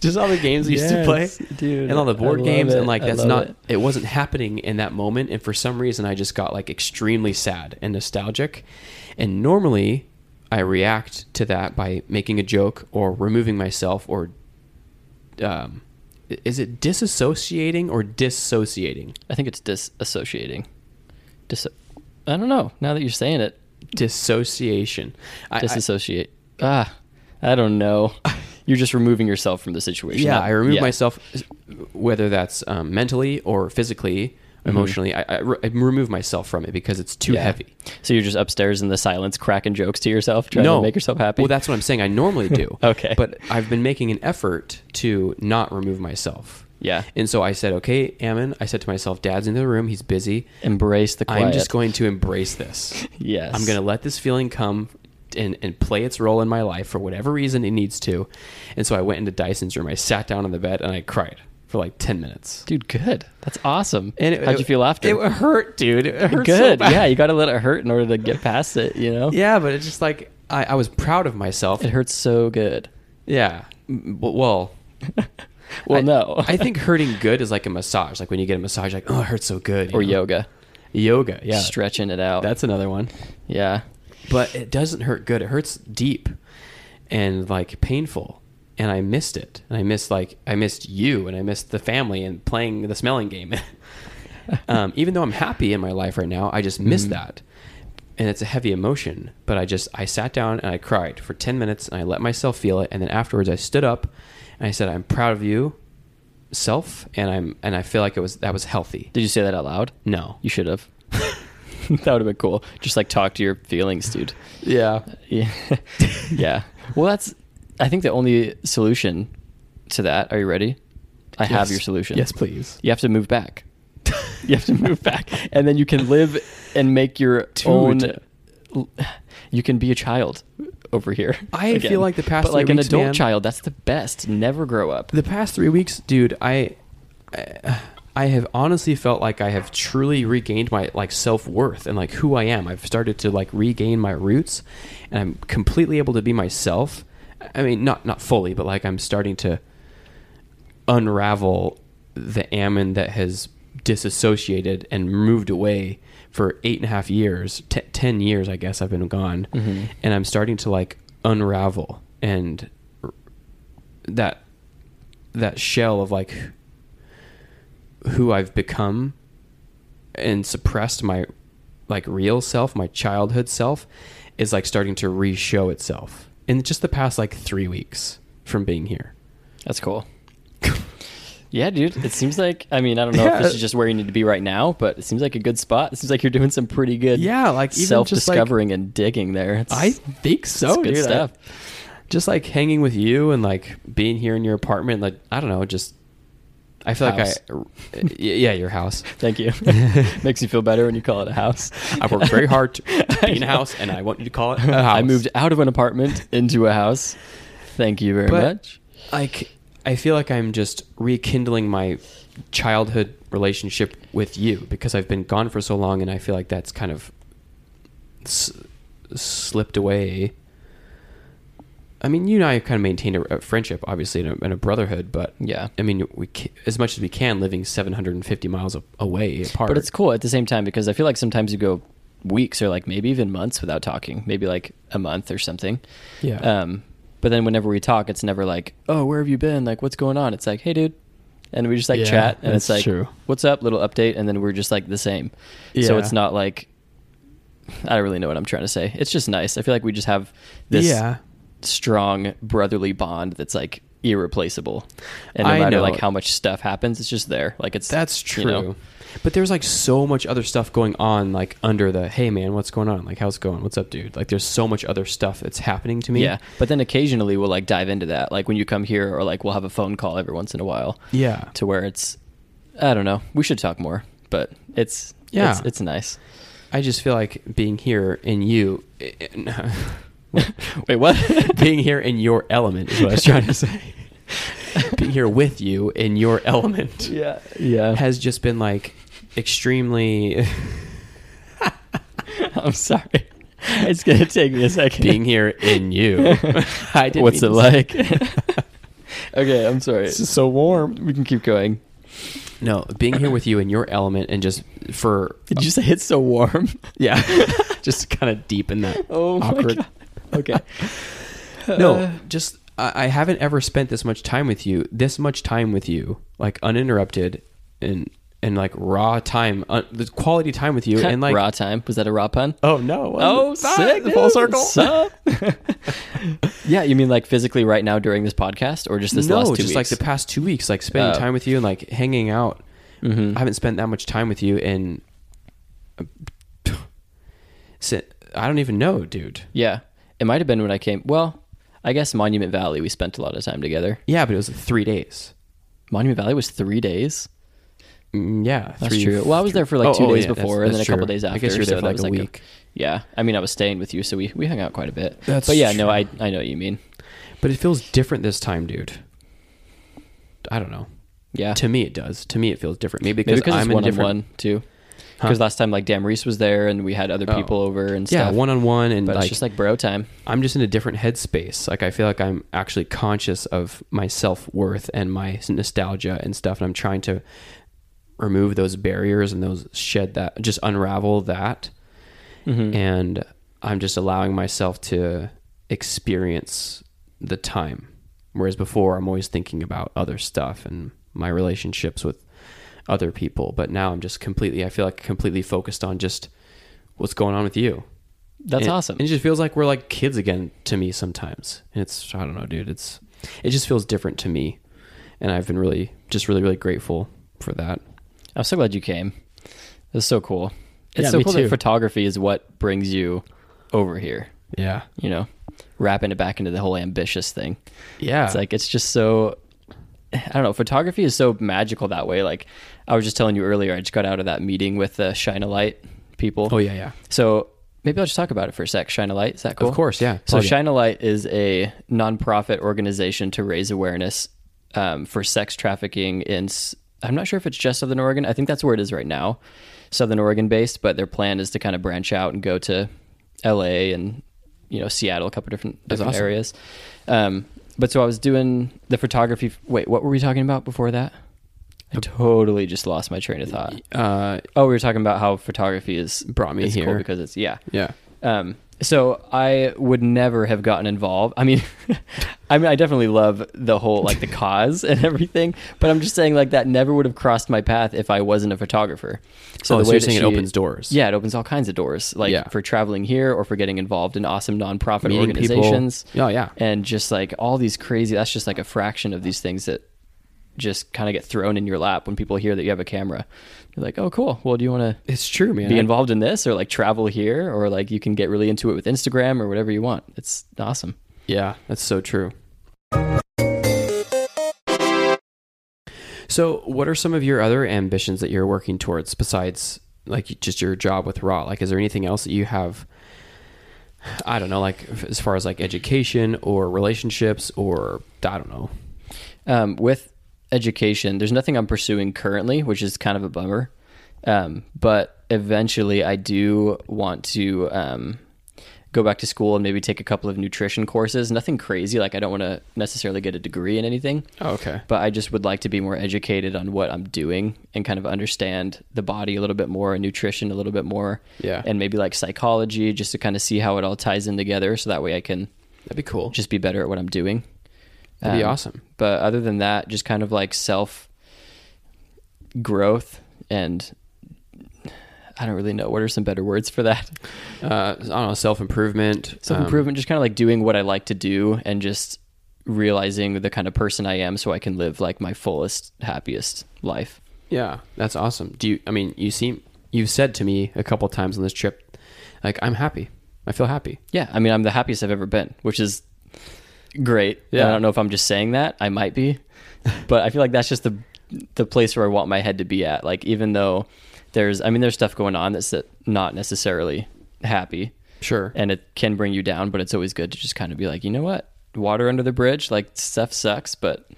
A: just all the games we used to play
B: Yes, dude,
A: and all the
B: I
A: board
B: love
A: games and
B: it.
A: like
B: I
A: that's
B: love
A: not
B: it.
A: it. wasn't happening in that moment and for some reason i just got like extremely sad and nostalgic and normally i react to that by making a joke or removing myself or um i- is it disassociating or dissociating
B: I think it's disassociating. Dis- I don't know. Now that you're saying it,
A: dissociation I- I-
B: disassociate. ah, I don't know. You're just removing yourself from the situation.
A: yeah
B: Not-
A: i remove
B: yeah.
A: myself whether that's um, mentally or physically emotionally I, I, re- I remove myself from it because it's too
B: Mm-hmm. Yeah.
A: heavy
B: So you're just upstairs in the silence, cracking jokes to yourself, trying to make yourself happy.
A: Well, that's what I'm saying. I normally do.
B: Okay.
A: But I've been making an effort to not remove myself.
B: Yeah.
A: And so I said, okay, Ammon, I said to myself, Dad's in the room. He's busy.
B: embrace the quiet.
A: I'm just going to embrace this.
B: Yes.
A: I'm going to let this feeling come and, and play its role in my life for whatever reason it needs to. And so I went into Dyson's room. I sat down on the bed and I cried for like 10 minutes.
B: Dude, good. That's awesome.
A: And it-
B: how'd you feel after?
A: It hurt, dude. It hurt so
B: good.
A: bad.
B: yeah, you got to let it hurt in order to get past it. You know.
A: Yeah, but it's just like I, I was proud of myself.
B: It hurts so good.
A: Yeah. M- Well,
B: Well,
A: I-
B: no.
A: I think hurting good is like a massage. Like when you get a massage, like oh, it hurts so good. you
B: or
A: know?
B: yoga,
A: yoga, yeah,
B: stretching it out.
A: that's another one.
B: yeah.
A: But it doesn't hurt good. It hurts deep and like painful. And I missed it. And I missed like I missed you, and I missed the family and playing the smelling game. um, even though I'm happy in my life right now, I just
B: Mm-hmm.
A: miss that. And it's a heavy emotion, but I just I sat down and I cried for 10 minutes and I let myself feel it and then afterwards I stood up and I said I'm proud of you self and I'm and I feel like it was that was healthy.
B: Did you say that out loud?
A: No.
B: You should have. that would have been cool. Just like talk to your feelings, dude.
A: Yeah.
B: Yeah. yeah. Well, that's, I think the only solution to that. Are you ready? I have
A: Yes.
B: your solution.
A: Yes, please.
B: You have to move back. you have to move back. And then you can live and make your
A: Dude.
B: own. You can be a child over here.
A: I feel like the past
B: But like
A: three
B: an
A: weeks,
B: adult
A: man-
B: child, that's the best. Never grow up.
A: the past three weeks, dude, I, I, I have honestly felt like I have truly regained my like self worth and like who I am. I've started to like regain my roots, and I'm completely able to be myself. I mean, not not fully, but like I'm starting to unravel the Ammon that has disassociated and moved away for eight and a half years, t- ten years, I guess I've been gone, and I'm starting to like unravel and r- that that shell of like who I've become and suppressed my like real self, my childhood self is like starting to re-show itself in just the past like 3 weeks from being here.
B: That's cool. Yeah, dude. It seems like I mean I don't know if
A: Yeah.
B: this is just where you need to be right now, but it seems like a good spot. It seems like you're doing some pretty good,
A: Yeah, like, even just, like-
B: self discovering and digging there. It's,
A: I think
B: it's
A: so,
B: good
A: dude. I-
B: stuff.
A: just like hanging with you and like being here in your apartment like I don't know, just I feel
B: House.
A: like I y- yeah, your house.
B: Thank you. Makes you feel better when you call it a house.
A: I worked very hard to
B: I
A: be in a
B: know.
A: house and I want you to call it a house.
B: I moved out of an apartment into a house. Thank you very
A: But-
B: much.
A: like I feel like I'm just rekindling my childhood relationship with you because I've been gone for so long, and I feel like that's kind of s- slipped away. I mean, you and I kind of maintained a, a friendship, obviously, and a, and a brotherhood, but
B: Yeah.
A: I mean, we ca- as much as we can, living 750 miles a- away apart.
B: But it's cool at the same time because I feel like sometimes you go weeks or like maybe even months without talking, maybe like a month or something.
A: Yeah.
B: Um, but then whenever we talk, it's never like, oh, where have you been? Like, what's going on? It's like, hey, dude. And we just like
A: Yeah,
B: chat and it's
A: that's
B: like,
A: true.
B: what's up? Little update. And then we're just like the same. So
A: Yeah.
B: it's not like, I don't really know what I'm trying to say. It's just nice. I feel like we just have this
A: yeah.
B: strong brotherly bond that's like irreplaceable. And no
A: I
B: matter
A: know.
B: like how much stuff happens, it's just there. Like it's
A: That's true.
B: you know.
A: But there's like so much other stuff going on, like under the hey man, what's going on? Like how's it going? What's up, dude? Like there's so much other stuff that's happening to me.
B: Yeah, but then occasionally we'll like dive into that, like when you come here, or like we'll have a phone call every once in a while,
A: Yeah.
B: to where it's, I don't know, we should talk more, but it's
A: Yeah.
B: it's, it's nice.
A: I just feel like being here in you
B: Wait, what?
A: being here in your element is what I was trying to say. being here with you in your element.
B: yeah, yeah.
A: Has just been like extremely
B: I'm sorry, it's gonna take me a second.
A: being here in you. I didn't
B: What's it
A: mean to say-
B: like? Okay, I'm sorry.
C: This is so warm.
B: We can keep going.
A: No, being here with you in your element and just for
B: Did you say it's so warm?
A: yeah, just kind of deepen that
B: Oh my
A: awkward.
B: God. Okay. Uh,
A: No, just I, I haven't ever spent this much time with you, this much time with you, like uninterrupted and and like raw time, uh, the quality time with you, and like
B: raw time. Was that a raw pun?
A: oh no,
B: Oh, sick!
A: full circle.
B: Sup? yeah, you mean like physically right now during this podcast, or just this
A: no,
B: last two
A: just
B: weeks?
A: like the past two weeks, like spending
B: Oh.
A: time with you and like hanging out.
B: Mm-hmm.
A: I haven't spent that much time with you in. Sit, I don't even know, dude.
B: yeah, it might have been when I came. Well, I guess Monument Valley. We spent a lot of time together.
A: Yeah, but it was three days.
B: Monument Valley was three days.
A: Mm, yeah,
B: That's
A: three-
B: true. Well, I was there for like
A: Oh,
B: two
A: oh,
B: days
A: yeah, that's-
B: before, and
A: that's
B: then a couple
A: true.
B: days after.
A: I guess you were
B: so
A: there for
B: that
A: like
B: was
A: a
B: a-
A: week.
B: yeah, I mean, I was staying with you, so we we hung out quite a bit.
A: That's
B: but yeah, no,
A: true.
B: I I know what you mean.
A: But it feels different this time, dude. I don't know.
B: Yeah,
A: To me, it does. To me, it feels different. Maybe because,
B: maybe because
A: I'm
B: it's
A: in
B: one on
A: different.
B: one too.
A: Huh?
B: Because last time, like Dam Reese was there, and we had other
A: Oh.
B: people over and
A: Yeah,
B: stuff.
A: one on one, and
B: but
A: like,
B: it's just like bro time.
A: I'm just in a different headspace. Like I feel like I'm actually conscious of my self worth and my nostalgia and stuff, and I'm trying to remove those barriers and those shed that just unravel that, Mm-hmm.
B: Mm.
A: and I'm just allowing myself to experience the time. Whereas before, I'm always thinking about other stuff and my relationships with other people, but now I'm just completely. I feel like completely focused on just what's going on with you.
B: That's
A: And-
B: awesome.
A: and it just feels like we're like kids again to me sometimes. And it's I don't know, dude. It's it just feels different to me, and I've been really just really really grateful for that.
B: I'm so glad you came. It's so cool. It's
A: Yeah,
B: so
A: me
B: cool
A: too.
B: that photography is what brings you over here.
A: Yeah,
B: You know, wrapping it back into the whole ambitious thing.
A: yeah.
B: It's like it's just so. I don't know. Photography is so magical that way. Like I was just telling you earlier, I just got out of that meeting with the Shine a Light people.
A: oh yeah, yeah.
B: So maybe I'll just talk about it for a sec. Shine a Light is that cool?
A: Of course, yeah.
B: So
A: Plug it.
B: Shine a Light is a nonprofit organization to raise awareness um, for sex trafficking in. s- I'm not sure if it's just Southern Oregon. I think that's where it is right now, Southern Oregon based. But their plan is to kind of branch out and go to L.A. and you know Seattle, a couple different different
A: awesome.
B: areas. Um, but so I was doing the photography. Wait, what were we talking about before that? I totally just lost my train of thought.
A: Uh,
B: Oh, we were talking about how photography is
A: Brought me
B: is cool
A: here.
B: because it's yeah.
A: yeah.
B: Um, so I would never have gotten involved. I mean, I mean, I definitely love the whole like the cause and everything, but I'm just saying like that never would have crossed my path if I wasn't a photographer.
A: So, oh,
B: the
A: so
B: way
A: you're
B: that
A: saying it
B: she-
A: opens doors.
B: Yeah, it opens all kinds of doors, like
A: Yeah.
B: for traveling here or for getting involved in awesome nonprofit
A: Meeting people.
B: organizations
A: Oh yeah.
B: and just like all these crazy that's just like a fraction of these things that just kind of get thrown in your lap when people hear that you have a camera you're like oh cool well do you want to
A: It's true, man.
B: be
A: I-
B: involved in this or like travel here or like you can get really into it with instagram or whatever you want it's awesome
A: Yeah, that's so true. So, what are some of your other ambitions that you're working towards besides like just your job with Raw? Like, is there anything else that you have? I don't know, like f- as far as like education or relationships or I don't know.
B: um, with education there's nothing i'm pursuing currently which is kind of a bummer um, but eventually i do want to um, go back to school and maybe take a couple of nutrition courses nothing crazy like i don't want to necessarily get a degree in anything
A: okay.
B: but I just would like to be more educated on what I'm doing and kind of understand the body a little bit more and nutrition a little bit more.
A: Yeah.
B: And maybe like psychology just to kind of see how it all ties in together so that way I can
A: That'd be cool.
B: just be better at what I'm doing.
A: That'd be
B: Um,
A: awesome.
B: But other than that, just kind of like self growth and I don't really know what are some better words for that.
A: Uh, I don't know, self improvement.
B: Self
A: Um,
B: improvement, just kind of like doing what I like to do and just realizing the kind of person I am so I can live like my fullest, happiest life.
A: Yeah, that's awesome. Do you? I mean, you seem you've said to me a couple times on this trip, like I'm happy. I feel happy.
B: Yeah, I mean, I'm the happiest I've ever been, which is great.
A: Yeah.
B: I don't know if I'm just saying that. I might be, but I feel like that's just the the place where I want my head to be at. Like, even though there's, I mean, there's stuff going on that's that- not necessarily happy,
A: Sure.
B: and it can bring you down. But it's always good to just kind of be like, you know what, water under the bridge. Like, stuff sucks, but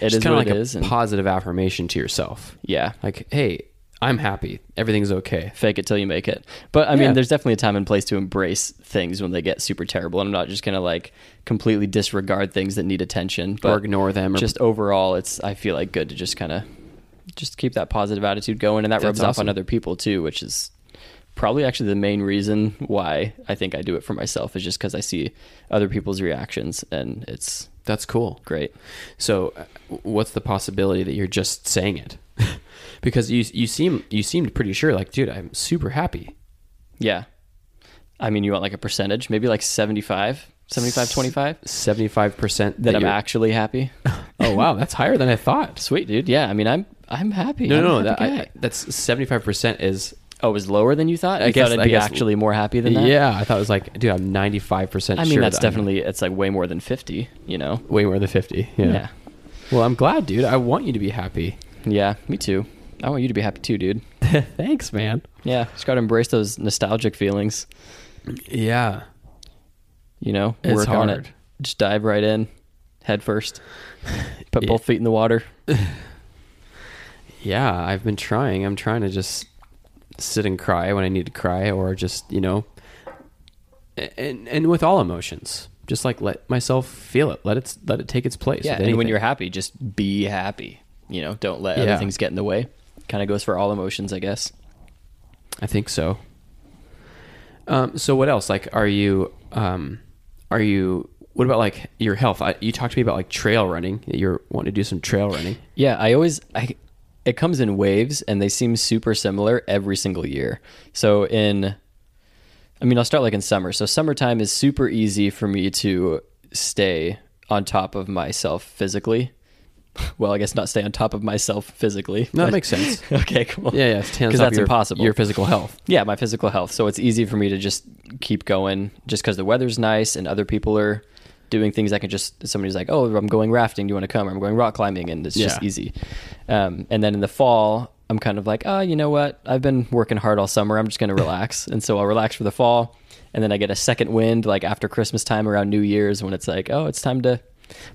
B: it is
A: It's kind
B: what
A: of like
B: it
A: a
B: is. and-
A: positive affirmation to yourself.
B: yeah,
A: Like, hey, I'm happy. Everything's okay.
B: fake it till you make it. But I
A: Yeah.
B: mean, there's definitely a time and place to embrace things when they get super terrible. And I'm not just going to like completely disregard things that need attention, but
A: or ignore them. Or,
B: just overall, it's, I feel like good to just kind of just keep that positive attitude going. And that
A: That's
B: rubs off
A: awesome.
B: on other people too, which is probably actually the main reason why I think I do it for myself is just because I see other people's reactions and it's
A: that's cool.
B: great.
A: So, uh, what's the possibility that you're just saying it? because you you seem you seemed pretty sure. Like, dude, I'm super happy.
B: Yeah. I mean, you want like a percentage, maybe like 75, 75, 25
A: Seventy five percent
B: that I'm actually happy.
A: Oh wow, that's higher than I thought.
B: Sweet, dude. Yeah, I mean, I'm I'm happy.
A: No,
B: I'm
A: no,
B: a
A: no that,
B: happy
A: I,
B: guy.
A: that's seventy five percent is.
B: oh, it was lower than you thought. I
A: guess-
B: thought I'd
A: I
B: be
A: guess-
B: actually more happy than that.
A: Yeah, I thought it was like, dude, I'm ninety five percent.
B: I mean,
A: sure
B: that's
A: that I'm
B: definitely it's like way more than fifty. You know.
A: way more than fifty. Yeah.
B: Yeah.
A: Well, I'm glad, dude. I want you to be happy.
B: Yeah, me too. I want you to be happy too, dude.
A: Thanks, man.
B: Yeah, just gotta embrace those nostalgic feelings.
A: Yeah,
B: You know,
A: It's
B: work on it.
A: hard.
B: Just dive right in, head first. Put
A: Yeah.
B: both feet in the water.
A: yeah. I've been trying. I'm trying to just sit and cry when I need to cry, or just you know, and and with all emotions, just like let myself feel it. Let it let it take its place.
B: Yeah,
A: with
B: and when
A: anything.
B: you're happy, just be happy. You know, don't let
A: Yeah.
B: other things get in the way. Kind of goes for all emotions, I guess.
A: I think so. Um, so what else? Like, are you, um, are you? What about like your health? I, you talked to me about like trail running. that You're wanting to do some trail running.
B: Yeah, I always I it comes in waves and they seem super similar every single year. So in I mean, I'll start like in summer. So summertime is super easy for me to stay on top of myself physically. Well, I guess not stay on top of myself physically.
A: No, that
B: but-
A: makes sense.
B: okay, cool.
A: Yeah, yeah. it's hands
B: Because
A: up
B: that's
A: your-
B: impossible.
A: Your physical health.
B: Yeah, my physical health. So it's easy for me to just keep going just because the weather's nice and other people are doing things. I can just, somebody's like, oh, I'm going rafting. Do you want to come? Or I'm going rock climbing. And it's just
A: Yeah.
B: easy. Um, and then in the fall, I'm kind of like, oh, you know what? I've been working hard all summer. I'm just going to relax. and so I'll relax for the fall. And then I get a second wind like after Christmas time around New Year's when it's like, oh, it's time to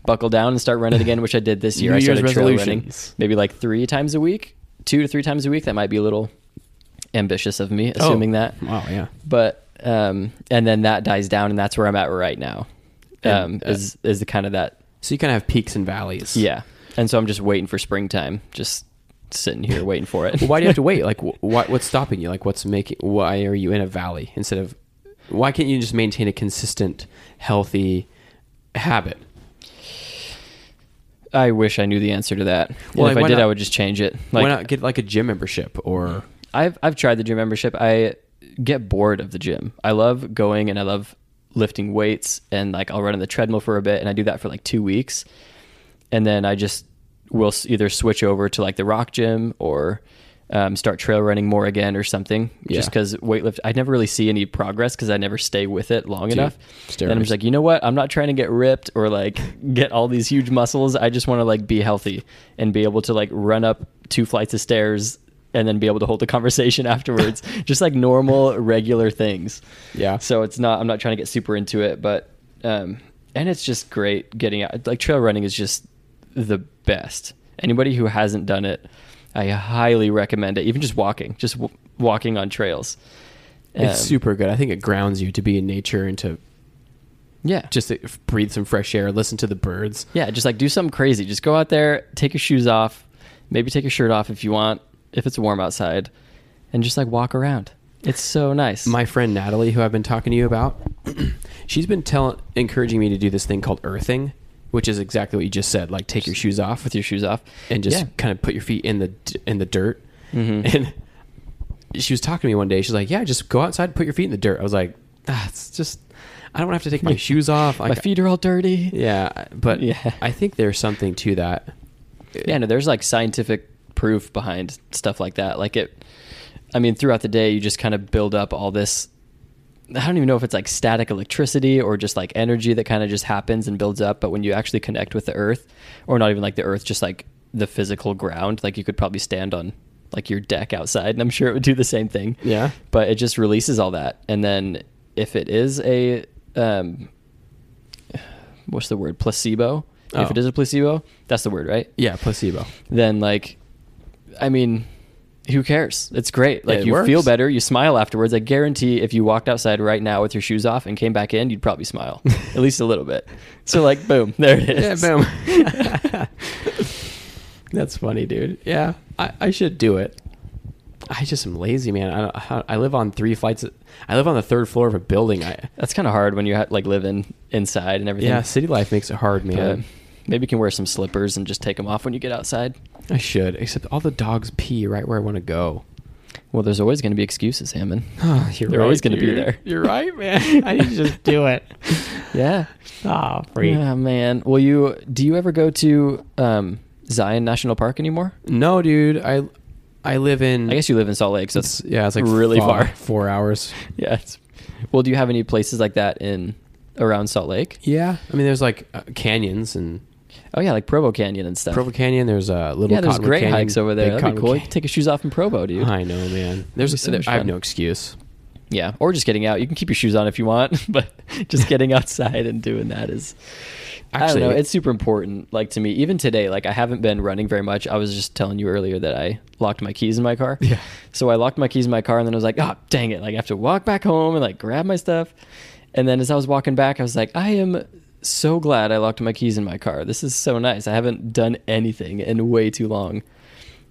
B: buckle down and start running again, which I did this year.
A: New
B: I
A: Year's
B: started trail running
A: resolutions.
B: maybe like three times a week, two to three times a week. That might be a little ambitious of me, assuming that.
A: Oh, Wow. Yeah.
B: But um, and then that dies down, and that's where I'm at right now. Um,
A: And, uh,
B: is is the kind of that
A: So you kind of have peaks and valleys.
B: yeah. And so I'm just waiting for springtime, just sitting here waiting for it.
A: Well, why do you have to wait? Like, wh- why, what's stopping you? Like, what's making? Why are you in a valley instead of? Why can't you just maintain a consistent, healthy habit?
B: I wish I knew the answer to that.
A: Well,
B: Well,
A: like,
B: if
A: why
B: I did,
A: not-
B: I would just change it. Like
A: why not get like a gym membership or?
B: I've I've tried the gym membership. I get bored of the gym. I love going and I love lifting weights and like I'll run on the treadmill for a bit and I do that for like 2 weeks. And then I just will s- either switch over to like the rock gym or um, start trail running more again or something just
A: Yeah.
B: because weightlift I never really see any progress because I never stay with it long
A: Dude,
B: enough and I'm
A: steroids.
B: just like you know what I'm not trying to get ripped or like get all these huge muscles I just want to like be healthy and be able to like run up two flights of stairs and then be able to hold a conversation afterwards just like normal regular things
A: Yeah.
B: so it's not I'm not trying to get super into it but um and it's just great getting out like trail running is just the best anybody who hasn't done it I highly recommend it even just walking just w- walking on trails
A: It's
B: Um,
A: super good. I think it grounds you to be in nature and to
B: yeah
A: just to f- breathe some fresh air, listen to the birds.
B: Yeah, just like do something crazy. Just go out there, take your shoes off, maybe take your shirt off if you want, if it's warm outside, and just like walk around. It's so nice.
A: My friend Natalie, who I've been talking to you about, she's been telling, encouraging me to do this thing called earthing, which is exactly what you just said. Like take your shoes off
B: with your shoes off
A: and just
B: Yeah.
A: kind of put your feet in the d- in the dirt.
B: Mhm.
A: And she was talking to me one day. She's like, "Yeah, just go outside, put your feet in the dirt." I was like, "That's just, I don't have to take my shoes off. Like,
B: my feet are all dirty.
A: Yeah, but
B: Yeah.
A: I think there's something to that.
B: Yeah, no, there's like scientific proof behind stuff like that. Like it, I mean, throughout the day, you just kind of build up all this. I don't even know if it's like static electricity or just like energy that kind of just happens and builds up. But when you actually connect with the earth, or not even like the earth, just like the physical ground, like you could probably stand on like your deck outside and I'm sure it would do the same thing.
A: Yeah.
B: But it just releases all that. And then if it is a, um, what's the word? Placebo.
A: Oh.
B: If it is a placebo, that's the word, right?
A: Yeah, placebo.
B: then like i mean who cares? It's great. Like
A: It
B: you
A: works.
B: feel better, you smile afterwards. I guarantee if you walked outside right now with your shoes off and came back in, you'd probably smile at least a little bit. So like, boom, there it
A: Yeah,
B: is.
A: boom. That's funny, dude. Yeah, I, I should do it. I just am lazy, man. I, don't- I live on three flights. I live on the third floor of a building. I
B: That's kind of hard when you ha- like live in inside and everything.
A: yeah, city life makes it hard,
B: But
A: man.
B: maybe you can wear some slippers and just take them off when you get outside.
A: I should, except all the dogs pee right where I want to go.
B: Well, there's always going to be excuses, Hammond.
A: Oh, you're
B: They're always gonna be
A: dude.
B: there.
A: You're right, man. I need to just do it.
B: Yeah.
A: Oh, freak.
B: Oh man. Will you? Do you ever go to um, Zion National Park anymore?
A: No, dude. I I live in.
B: I guess you live in Salt Lake, so
A: it's
B: it's
A: yeah. It's like
B: really
A: far-
B: far.
A: Four hours.
B: yeah. It's, well, do you have any places like that in around Salt Lake?
A: Yeah, I mean, there's like uh, canyons and
B: Oh yeah, like Provo Canyon and stuff.
A: Provo Canyon. There's a uh, little
B: yeah, there's
A: Cottonwood
B: great
A: Canyon,
B: hikes over
A: Big
B: there. That'd be
A: Cottonwood
B: cool. You
A: Canyon.
B: can take your shoes off in Provo, dude.
A: I know, man. There's
B: so much
A: I have
B: fun.
A: no excuse.
B: Yeah, or just getting out. You can keep your shoes on if you want, but just getting outside and doing that is I don't know.
A: Actually-
B: It's super important. Like to me, even today, like I haven't been running very much. I was just telling you earlier that I locked my keys in my car.
A: Yeah.
B: So I locked my keys in my car, and then I was like, oh dang it! Like I have to walk back home and like grab my stuff. And then as I was walking back, I was like, I am so glad I locked my keys in my car. This is so nice. I haven't done anything in way too long,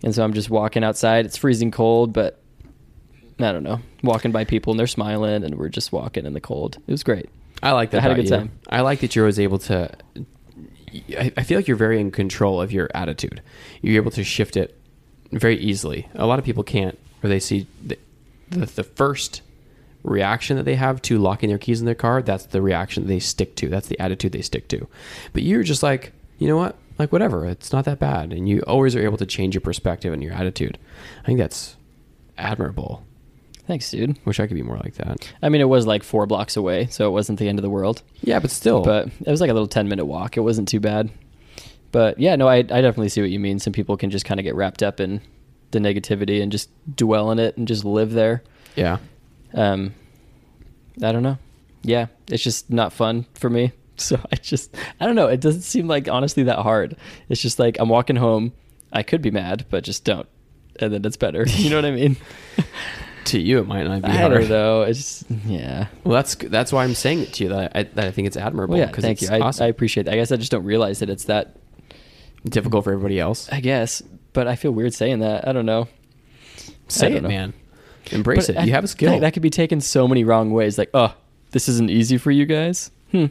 B: and so I'm just walking outside. It's freezing cold, but I don't know. Walking by people and they're smiling, and we're just walking in the cold. It was great.
A: I like that.
B: I had a
A: about
B: good
A: you.
B: time.
A: I like that you're always able to. I, I feel like you're very in control of your attitude. You're able to shift it very easily. A lot of people can't, or they see the, the, the first reaction that they have to locking their keys in their car. That's the reaction they stick to. That's the attitude they stick to. But you're just like, you know what? Like whatever. It's not that bad, and you always are able to change your perspective and your attitude. I think that's admirable.
B: Thanks, dude.
A: Wish I could be more like that.
B: I mean, it was like four blocks away, so it wasn't the end of the world.
A: Yeah, but still.
B: But it was like a little 10 minute walk. It wasn't too bad. But yeah, no, I, I definitely see what you mean. Some people can just kind of get wrapped up in the negativity and just dwell in it and just live there.
A: yeah.
B: Um, I don't know. Yeah, it's just not fun for me. So I just, I don't know. It doesn't seem like honestly that hard. It's just like I'm walking home. I could be mad, but just don't. And then it's better. You know what I mean?
A: To you, it might not be
B: I
A: hard.
B: don't know. It's, yeah.
A: Well, that's that's why I'm saying it to you that I, that I think it's admirable.
B: Well, yeah,
A: 'cause
B: thank you.
A: it's
B: I,
A: awesome.
B: I appreciate that. I guess I just don't realize that it's that.
A: difficult for everybody else.
B: I guess, but I feel weird saying that. I don't know.
A: Say
B: don't
A: it,
B: know.
A: man. Embrace
B: But
A: it.
B: I-
A: you have a skill.
B: That, that could be taken so many wrong ways. Like, oh, this isn't easy for you guys. Hmm.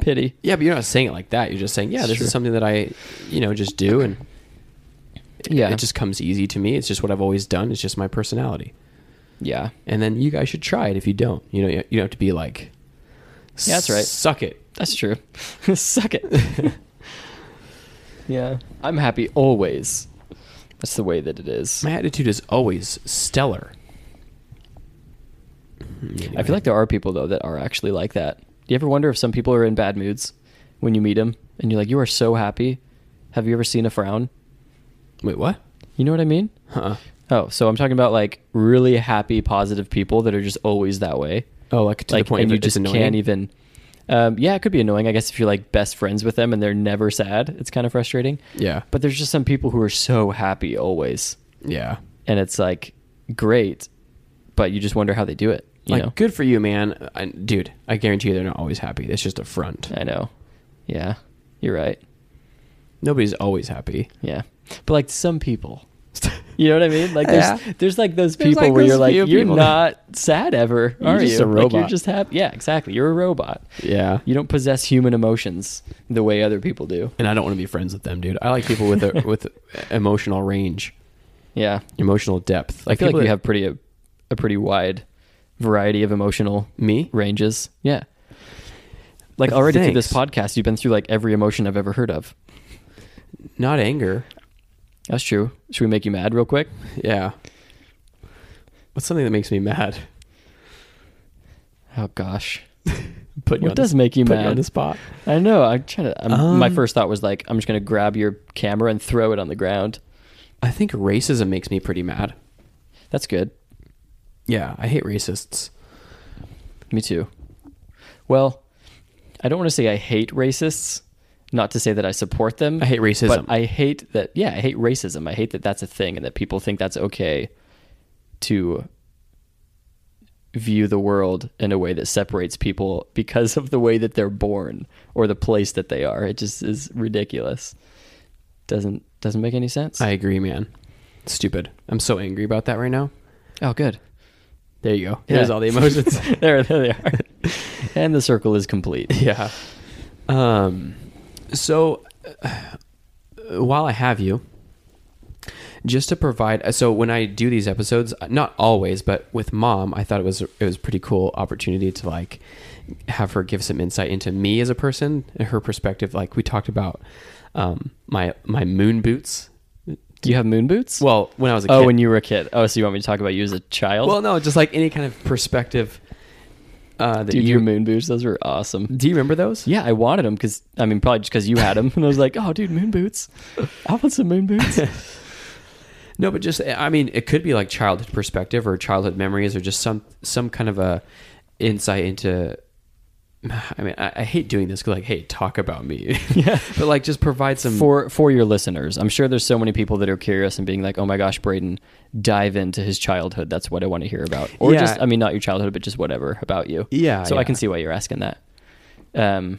B: Pity.
A: yeah, but you're not saying it like that. You're just saying, yeah,
B: It's
A: this
B: true.
A: is something that I, you know, just do, and it-
B: Yeah.
A: it just comes easy to me. It's just what I've always done. It's just my personality.
B: Yeah.
A: And then you guys should try it. If you don't, you know, you you don't have to be like,
B: Yeah, that's right.
A: Suck it.
B: That's true. Suck it. yeah. I'm happy always. That's the way that it is.
A: My attitude is always stellar. Hmm,
B: I feel like there are people though that are actually like that. Do you ever wonder if some people are in bad moods when you meet them and you're like, you are so happy. Have you ever seen a frown?
A: Wait, what?
B: You know what I mean?
A: Huh?
B: Oh, so I'm talking about like really happy, positive people that are just always that way.
A: Oh, like to
B: like,
A: the point
B: and
A: of
B: you
A: it- it's
B: just
A: annoying?
B: can't even. Um, yeah, it could be annoying. I guess if you're like best friends with them and they're never sad, it's kind of frustrating.
A: Yeah.
B: But there's just some people who are so happy always,
A: yeah.
B: and it's like great, but you just wonder how they do it. You
A: like
B: know?
A: good for you man I, dude i guarantee you they're not always happy it's just a front
B: I know. Yeah, you're right.
A: nobody's always happy
B: Yeah, but like some people, you know what I mean? Like there's
A: Yeah.
B: there's like those
A: There's,
B: people
A: like,
B: where
A: those
B: you're like
A: few
B: you're
A: people that-
B: not sad ever,
A: You're
B: are
A: just
B: you?
A: a
B: Like, you're
A: robot.
B: just happy. Yeah, exactly. You're a robot.
A: yeah
B: You don't possess human emotions the way other people do.
A: and i don't want to be friends with them dude i like people with a, with emotional range
B: Yeah,
A: emotional depth
B: I
A: like
B: feel like
A: people
B: you
A: that-
B: have pretty a, a pretty wide variety of emotional
A: me
B: ranges. Yeah. Like already through this
A: Thanks.
B: podcast, you've been through like every emotion I've ever heard of.
A: not anger
B: That's true. Should we make you mad real quick?
A: yeah what's something that makes me mad
B: Oh gosh,
A: put you
B: what
A: on
B: does
A: the,
B: make you
A: put you on
B: mad?
A: the spot
B: I know. I'm trying to. I'm, my
A: Um,
B: first thought was like, I'm just gonna grab your camera and throw it on the ground.
A: i think racism makes me pretty mad
B: That's good.
A: yeah i hate racists
B: Me too. Well, I don't want to say I hate racists. Not to say that I support them.
A: I hate racism.
B: But I hate that. Yeah, I hate racism. I hate that that's a thing and that people think that's okay to view the world in a way that separates people because of the way that they're born or the place that they are. It just is ridiculous. Doesn't doesn't make any sense.
A: I agree, man. Stupid. I'm so angry about that right now.
B: oh, good.
A: There you go.
B: Yeah.
A: There's all the emotions.
B: there, there they are. and the circle is complete.
A: yeah. Um, so uh, while I have you, just to provide, so when I do these episodes, not always, but with mom, I thought it was it was a pretty cool opportunity to like have her give some insight into me as a person and her perspective. Like we talked about um, my my moon boots.
B: Do you have moon boots?
A: Well, when I was a
B: oh,
A: kid,
B: when you were a kid. Oh, so you want me to talk about you as a child?
A: Well, no, just like any kind of perspective. Uh, that
B: Dude,
A: you,
B: your moon boots, those were awesome.
A: do you remember those?
B: Yeah, I wanted them because, I mean, probably just because you had them. And I was like, oh, dude, moon boots. I want some moon boots.
A: No, but just I mean, it could be like childhood perspective or childhood memories or just some some kind of a insight into. I mean, I, I hate doing this because like, hey, talk about me.
B: Yeah.
A: but like, just provide some.
B: for for your listeners i'm sure there's so many people that are curious and being like oh my gosh braden dive into his childhood that's what i want to hear about or
A: Yeah.
B: just i mean not your childhood but just whatever about you
A: Yeah,
B: so
A: yeah.
B: i can see why you're asking that um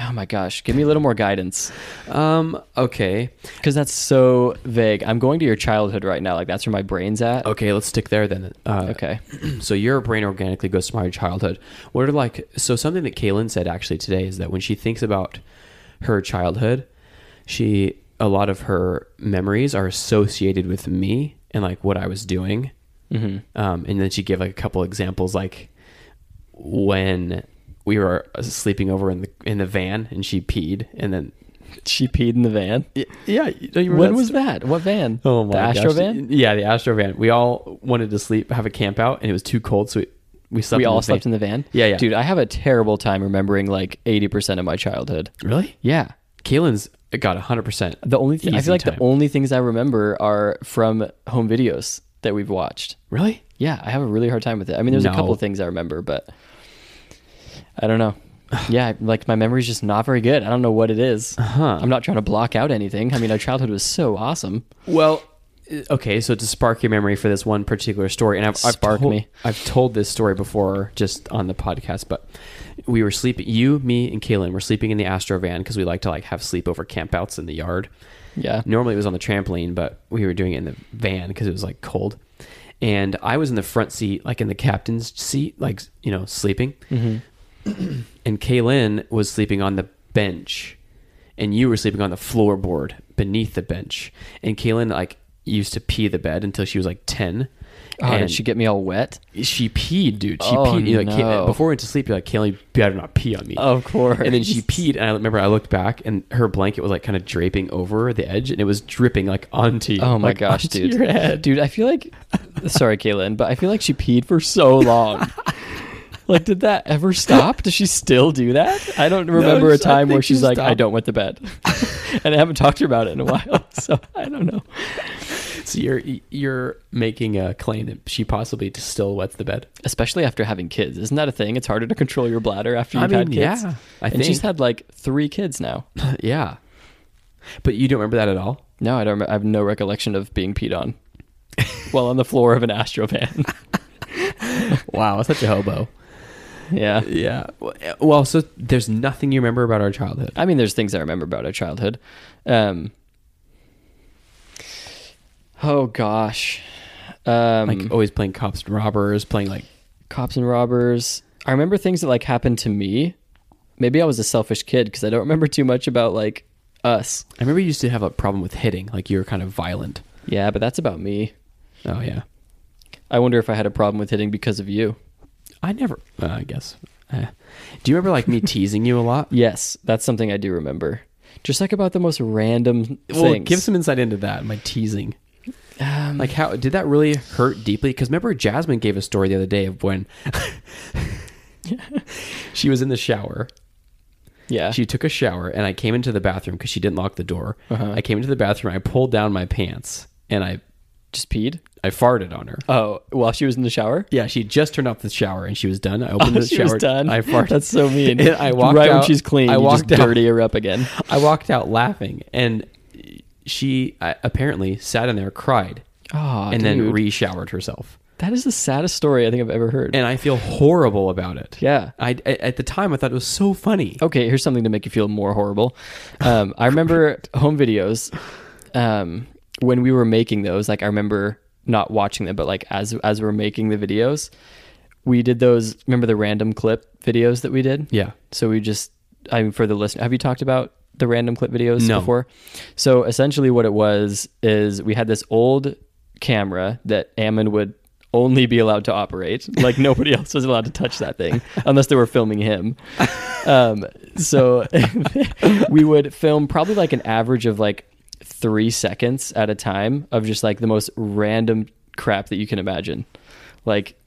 B: oh my gosh give me a little more guidance
A: um. Okay.
B: because that's so vague i'm going to your childhood right now like that's where my brain's at
A: Okay. Let's stick there then. Uh,
B: okay
A: so your brain organically goes to my childhood. What are like so something that Kaylin said actually today is that when she thinks about her childhood, she a lot of her memories are associated with me and like what I was doing.
B: hmm
A: Um, and then she gave like a couple examples, like when we were sleeping over in the in the van and she peed, and then
B: she peed in the van
A: yeah,
B: when was that what van
A: Oh my
B: the
A: gosh.
B: astro van
A: Yeah, the Astro van. We all wanted to sleep, have a camp out, and it was too cold, so we, we slept.
B: we
A: in the
B: all
A: van.
B: slept in the van
A: Yeah, yeah.
B: dude i have a terrible time remembering like 80% of my childhood
A: Really?
B: yeah
A: Kalen's got 100%.
B: The only thing I
A: Easy
B: feel like
A: time.
B: the only things I remember are from home videos that we've watched.
A: Really?
B: Yeah, I have a really hard time with it. I mean, there's
A: No.
B: a couple things I remember, but I don't know. Yeah, I- like my memory's just not very good. I don't know what it is.
A: Huh.
B: I'm not trying to block out anything. I mean, our childhood was so awesome.
A: Well, uh, okay, so to spark your memory for this one particular story, and I've, I've
B: Spark
A: told,
B: me.
A: I've told this story before just on the podcast, but we were sleeping. You, me, and Kaylin were sleeping in the Astro van because we like to like have sleepover campouts in the yard.
B: Yeah.
A: Normally it was on the trampoline, but we were doing it in the van because it was like cold. And I was in the front seat, like in the captain's seat, like you know, sleeping.
B: Mm-hmm.
A: and Kaylin was sleeping on the bench, and you were sleeping on the floorboard beneath the bench. And Kaylin like used to pee the bed until she was like ten.
B: Oh,
A: and
B: did she get me all wet?
A: she peed, dude. She
B: Oh,
A: peed. You know, like, Kay-
B: no.
A: before we went to sleep, you're like, Kaylin, you better not pee on me.
B: Of course.
A: And then she peed, and I remember I looked back, and her blanket was like kind of draping over the edge, and it was dripping like onto.
B: Oh my
A: like,
B: gosh,
A: onto
B: dude.
A: Your head.
B: Dude, I feel like sorry, Kaylin, but I feel like she peed for so long. like, did that ever stop? Does she still do that? I don't remember
A: I
B: a time where
A: think
B: she's
A: she
B: like, I
A: stopped.
B: don't want the bed. and I haven't talked to her about it in a while. So I don't know.
A: So you're you're making a claim that she possibly still wets the bed.
B: Especially after having kids. Isn't that a thing? It's harder to control your bladder after
A: I
B: you've had
A: mean,
B: kids.
A: yeah, I
B: and she's
A: think.
B: had like three kids now.
A: yeah. But you don't remember that at all.
B: No, I don't remember. I have no recollection of being peed on while on the floor of an Astro van.
A: Wow, such a hobo.
B: yeah.
A: Yeah. Well, so there's nothing you remember about our childhood.
B: I mean, there's things I remember about our childhood. Um, oh gosh, um,
A: Like oh. always playing cops and robbers, playing like
B: cops and robbers. I remember things that like happened to me. Maybe I was a selfish kid because I don't remember too much about like us.
A: I remember you used to have a problem with hitting, like you were kind of violent.
B: Yeah, but that's about me.
A: Oh yeah.
B: I wonder if I had a problem with hitting because of you.
A: I never. Uh, I guess. Eh. do you remember like me teasing you a lot?
B: Yes, that's something I do remember. Just like about the most random things.
A: Well, give some insight into that. My teasing.
B: Um,
A: Like, how did that really hurt deeply? Because remember, Jasmine gave a story the other day of when she was in the shower.
B: yeah.
A: She took a shower, and I came into the bathroom because she didn't lock the door.
B: Uh-huh.
A: I came into the bathroom. I pulled down my pants, and I
B: just peed.
A: I farted on her.
B: Oh, while she was in the shower.
A: Yeah, she just turned off the shower, and she was done. I opened the
B: Oh, she
A: shower.
B: was done.
A: I farted.
B: That's so mean.
A: And I walked
B: right when
A: out-
B: she's clean.
A: I
B: I
A: walked
B: walked
A: out.
B: just dirty her up again.
A: I walked out laughing, and she I, apparently uh, sat in there, cried,
B: Oh,
A: and then
B: dude.
A: re showered herself.
B: that is the saddest story I think I've ever heard.
A: And I feel horrible about it.
B: yeah.
A: I, I- at the time, I thought it was so funny.
B: Okay, here's something to make you feel more horrible. Um, I remember home videos um, when we were making those. Like I remember not watching them, but like as as we we're making the videos, we did those. Remember the random clip videos that we did?
A: Yeah.
B: So we just, I mean, for the listener, have you talked about the random clip videos
A: No.
B: before? So essentially, what it was is we had this old camera that Ammon would only be allowed to operate. Like nobody else was allowed to touch that thing unless they were filming him. Um, so we would film probably like an average of like three seconds at a time of just like the most random crap that you can imagine. Like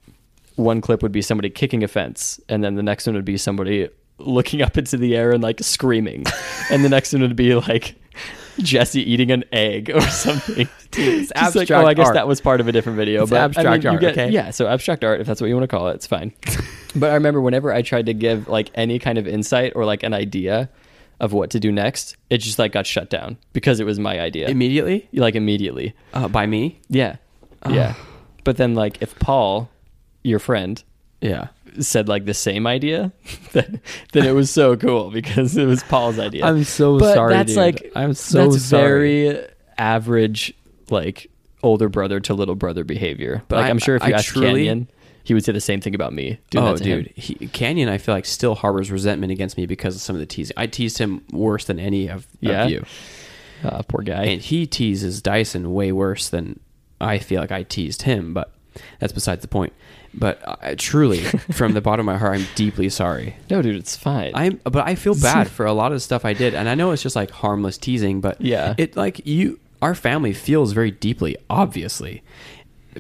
B: one clip would be somebody kicking a fence, and then the next one would be somebody looking up into the air and like screaming, and the next one would be like Jesse eating an egg or something. Just like,
A: abstract
B: oh, I guess
A: art.
B: that was part of a different video,
A: It's
B: but I
A: abstract
B: mean, you
A: art,
B: get-
A: okay?
B: Yeah, so abstract art, if that's what you want to call it, it's fine. but I remember whenever I tried to give like any kind of insight or like an idea of what to do next, it just like got shut down because it was my idea,
A: Immediately
B: like immediately.
A: uh, by me.
B: Yeah. Yeah. But then like if Paul, your friend,
A: Yeah.
B: said like the same idea, then then it was so cool because it was Paul's idea.
A: I'm so
B: but
A: sorry,
B: That's
A: dude.
B: like
A: I'm so
B: that's
A: sorry.
B: very average like older brother to little brother behavior. But
A: But
B: like,
A: I-
B: I'm sure if you
A: I
B: asked
A: truly-
B: Canyon, he would say the same thing about me. Dude,
A: oh,
B: that's him.
A: dude, he, Canyon, I feel like still harbors resentment against me because of some of the teasing. I teased him worse than any of,
B: Yeah.
A: of you,
B: Ah, poor guy.
A: and he teases Dyson way worse than I feel like I teased him. But that's besides the point. But I, truly, from the bottom of my heart, I'm deeply sorry.
B: no, dude, it's fine.
A: I'm, but I feel bad for a lot of the stuff I did, and I know it's just like harmless teasing, but
B: Yeah.
A: it like you, our family feels very deeply, obviously,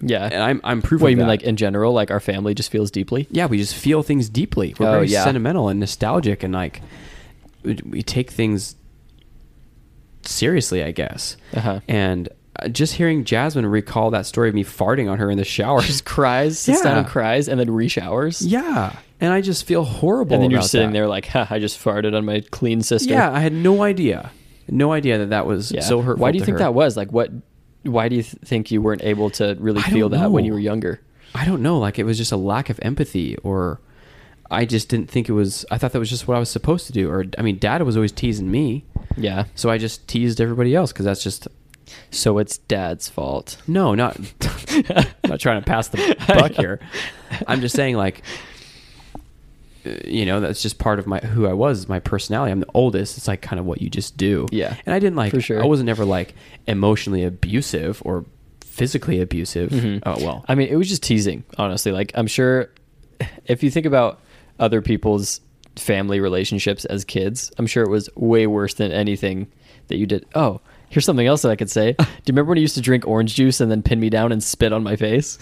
B: yeah.
A: and I'm I'm proof.
B: what
A: of
B: you mean,
A: that.
B: like in general, like our family just feels deeply?
A: yeah, we just feel things deeply. We're
B: Oh,
A: very
B: yeah.
A: sentimental and nostalgic, and like we, we take things seriously, I guess.
B: Uh-huh.
A: And uh, just hearing Jasmine recall that story of me farting on her in the shower,
B: Just cries, sits down and
A: Yeah.
B: cries, and then re-showers.
A: yeah, and I just feel horrible.
B: And then you're
A: about
B: sitting
A: that.
B: there like, ha, I just farted on my clean sister.
A: Yeah, I had no idea, no idea that that was
B: Yeah.
A: so hurtful.
B: Why do you
A: to
B: think
A: her.
B: that was? Like, what? Why do you th- think you weren't able to really
A: I
B: feel
A: don't
B: that when you
A: know.
B: were younger?
A: I don't know. Like it was just a lack of empathy, or I just didn't think it was. I thought that was just what I was supposed to do. Or I mean, Dad was always teasing me,
B: Yeah.
A: so I just teased everybody else because that's just
B: So it's dad's fault.
A: no, not not trying to pass the buck here. I'm just saying, like, uh, you know, that's just part of my who I was, my personality. I'm the oldest. It's like kind of what you just do.
B: Yeah.
A: and I didn't like.
B: For sure.
A: I wasn't ever like emotionally abusive or physically abusive. Oh well,
B: Mm-hmm. I mean, it was just teasing, honestly. Like, I'm sure if you think about other people's family relationships as kids, I'm sure it was way worse than anything that you did. Oh, here's something else that I could say. Do you remember when you used to drink orange juice and then pin me down and spit on my face?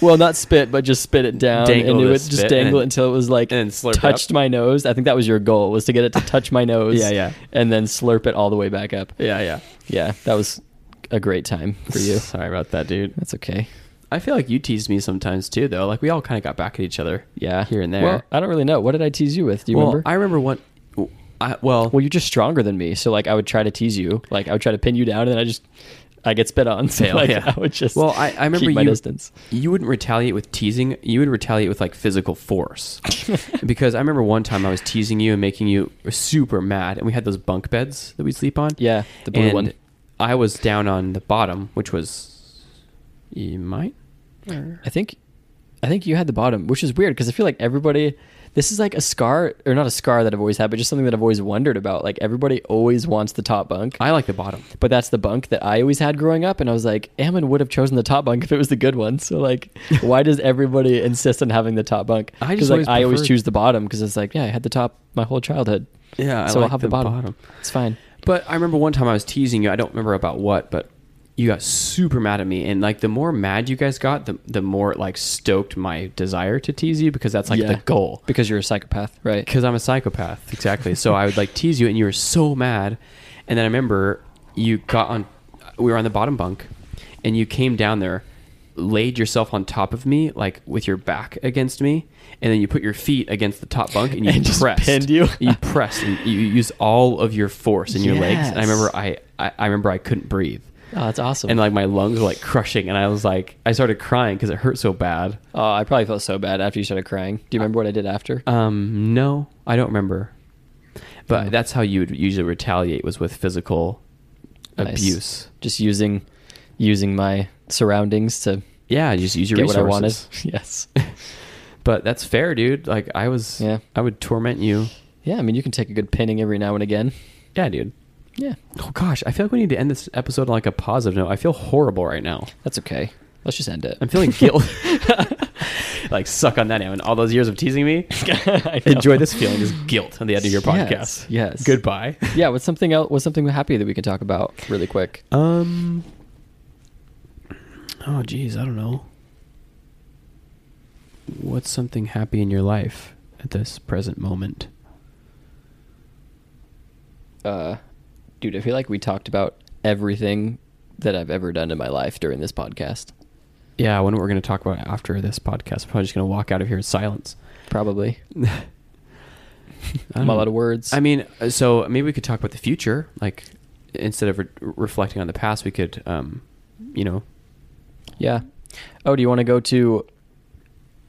B: well, not spit, but just spit it down,
A: Dangle
B: and it
A: the
B: would just
A: spit
B: dangle it
A: and-
B: until it was like
A: and slurp it up.
B: touched my nose. I think that was your goal was to get it to touch my nose,
A: Yeah, yeah.
B: and then slurp it all the way back up.
A: yeah, yeah.
B: Yeah, that was a great time for you.
A: Sorry about that, dude.
B: That's okay.
A: I feel like you teased me sometimes too, though. Like we all kind of got back at each other.
B: Yeah.
A: here and there.
B: Well, I don't really know. What did I tease you with? Do you
A: well,
B: remember?
A: I remember one. I, well,
B: well, you're just stronger than me. So, like, I would try to tease you. Like, I would try to pin you down, and then I just, I get spit on. So,
A: Fail,
B: like,
A: yeah.
B: I would just,
A: Well, I- I remember
B: keep my
A: you-
B: distance.
A: you wouldn't retaliate with teasing. You would retaliate with like physical force, because I remember one time I was teasing you and making you super mad, and we had those bunk beds that we sleep on.
B: Yeah, the blue
A: and
B: one.
A: I was down on the bottom, which was you might.
B: I think, I think you had the bottom, which is weird because I feel like everybody, this is like a scar, or not a scar that I've always had, but just something that I've always wondered about. Like, everybody always wants the top bunk.
A: I like the bottom.
B: but that's the bunk that I always had growing up. And I was like, Ammon would have chosen the top bunk if it was the good one. So like, why does everybody insist on having the top bunk?
A: I just
B: Because like
A: always
B: I always
A: preferred-
B: choose the bottom because it's like, yeah, I had the top my whole childhood.
A: Yeah, I
B: so I'll
A: like
B: have the,
A: the
B: bottom.
A: bottom.
B: It's fine.
A: But I remember one time I was teasing you. I don't remember about what, but you got super mad at me. And like the more mad you guys got, the the more it like stoked my desire to tease you because that's like the goal.
B: because you're a psychopath, right?
A: Because I'm a psychopath, exactly. so I would like tease you, and you were so mad. And then I remember you got on. We were on the bottom bunk, and you came down there, laid yourself on top of me, like with your back against me, and then you put your feet against the top bunk, and you
B: And just
A: pressed.
B: pinned you?
A: you pressed, and you used all of your force in your legs. And I
B: Yes.
A: remember I, I, I remember I couldn't breathe.
B: Oh, that's awesome.
A: and like my lungs were like crushing, and I was like, I started crying because it hurt so bad.
B: oh, I probably felt so bad after you started crying. Do you remember what I did after?
A: Um, no, I don't remember. But
B: Hmm.
A: that's how you would usually retaliate was with physical
B: Nice.
A: abuse.
B: Just using using my surroundings to
A: Yeah, just use your
B: get
A: resources.
B: what I wanted. yes.
A: But that's fair, dude. Like I was,
B: Yeah.
A: I would torment you.
B: Yeah, I mean you can take a good pinning every now and again.
A: Yeah, dude.
B: Yeah.
A: Oh gosh, I feel like we need to end this episode on like a positive note. I feel horrible right now.
B: That's okay. Let's just end it.
A: I'm feeling guilt. like suck on that, Evan. All those years of teasing me.
B: I know.
A: Enjoy this feeling, this guilt on the end of your podcast.
B: Yes, yes.
A: Goodbye.
B: Yeah, what's something else what's something happy that we can talk about really quick?
A: Um. Oh, geez, I don't know. What's something happy in your life at this present moment?
B: Uh dude, I feel like we talked about everything that I've ever done in my life during this podcast.
A: Yeah, I wonder what we're going to talk about after this podcast. Probably just going to walk out of here in silence.
B: Probably.
A: I
B: I'm
A: don't-
B: all out of words.
A: I mean, uh, so maybe we could talk about the future. Like, instead of re- reflecting on the past, we could, um, you know,
B: Yeah. Oh, do you want to go to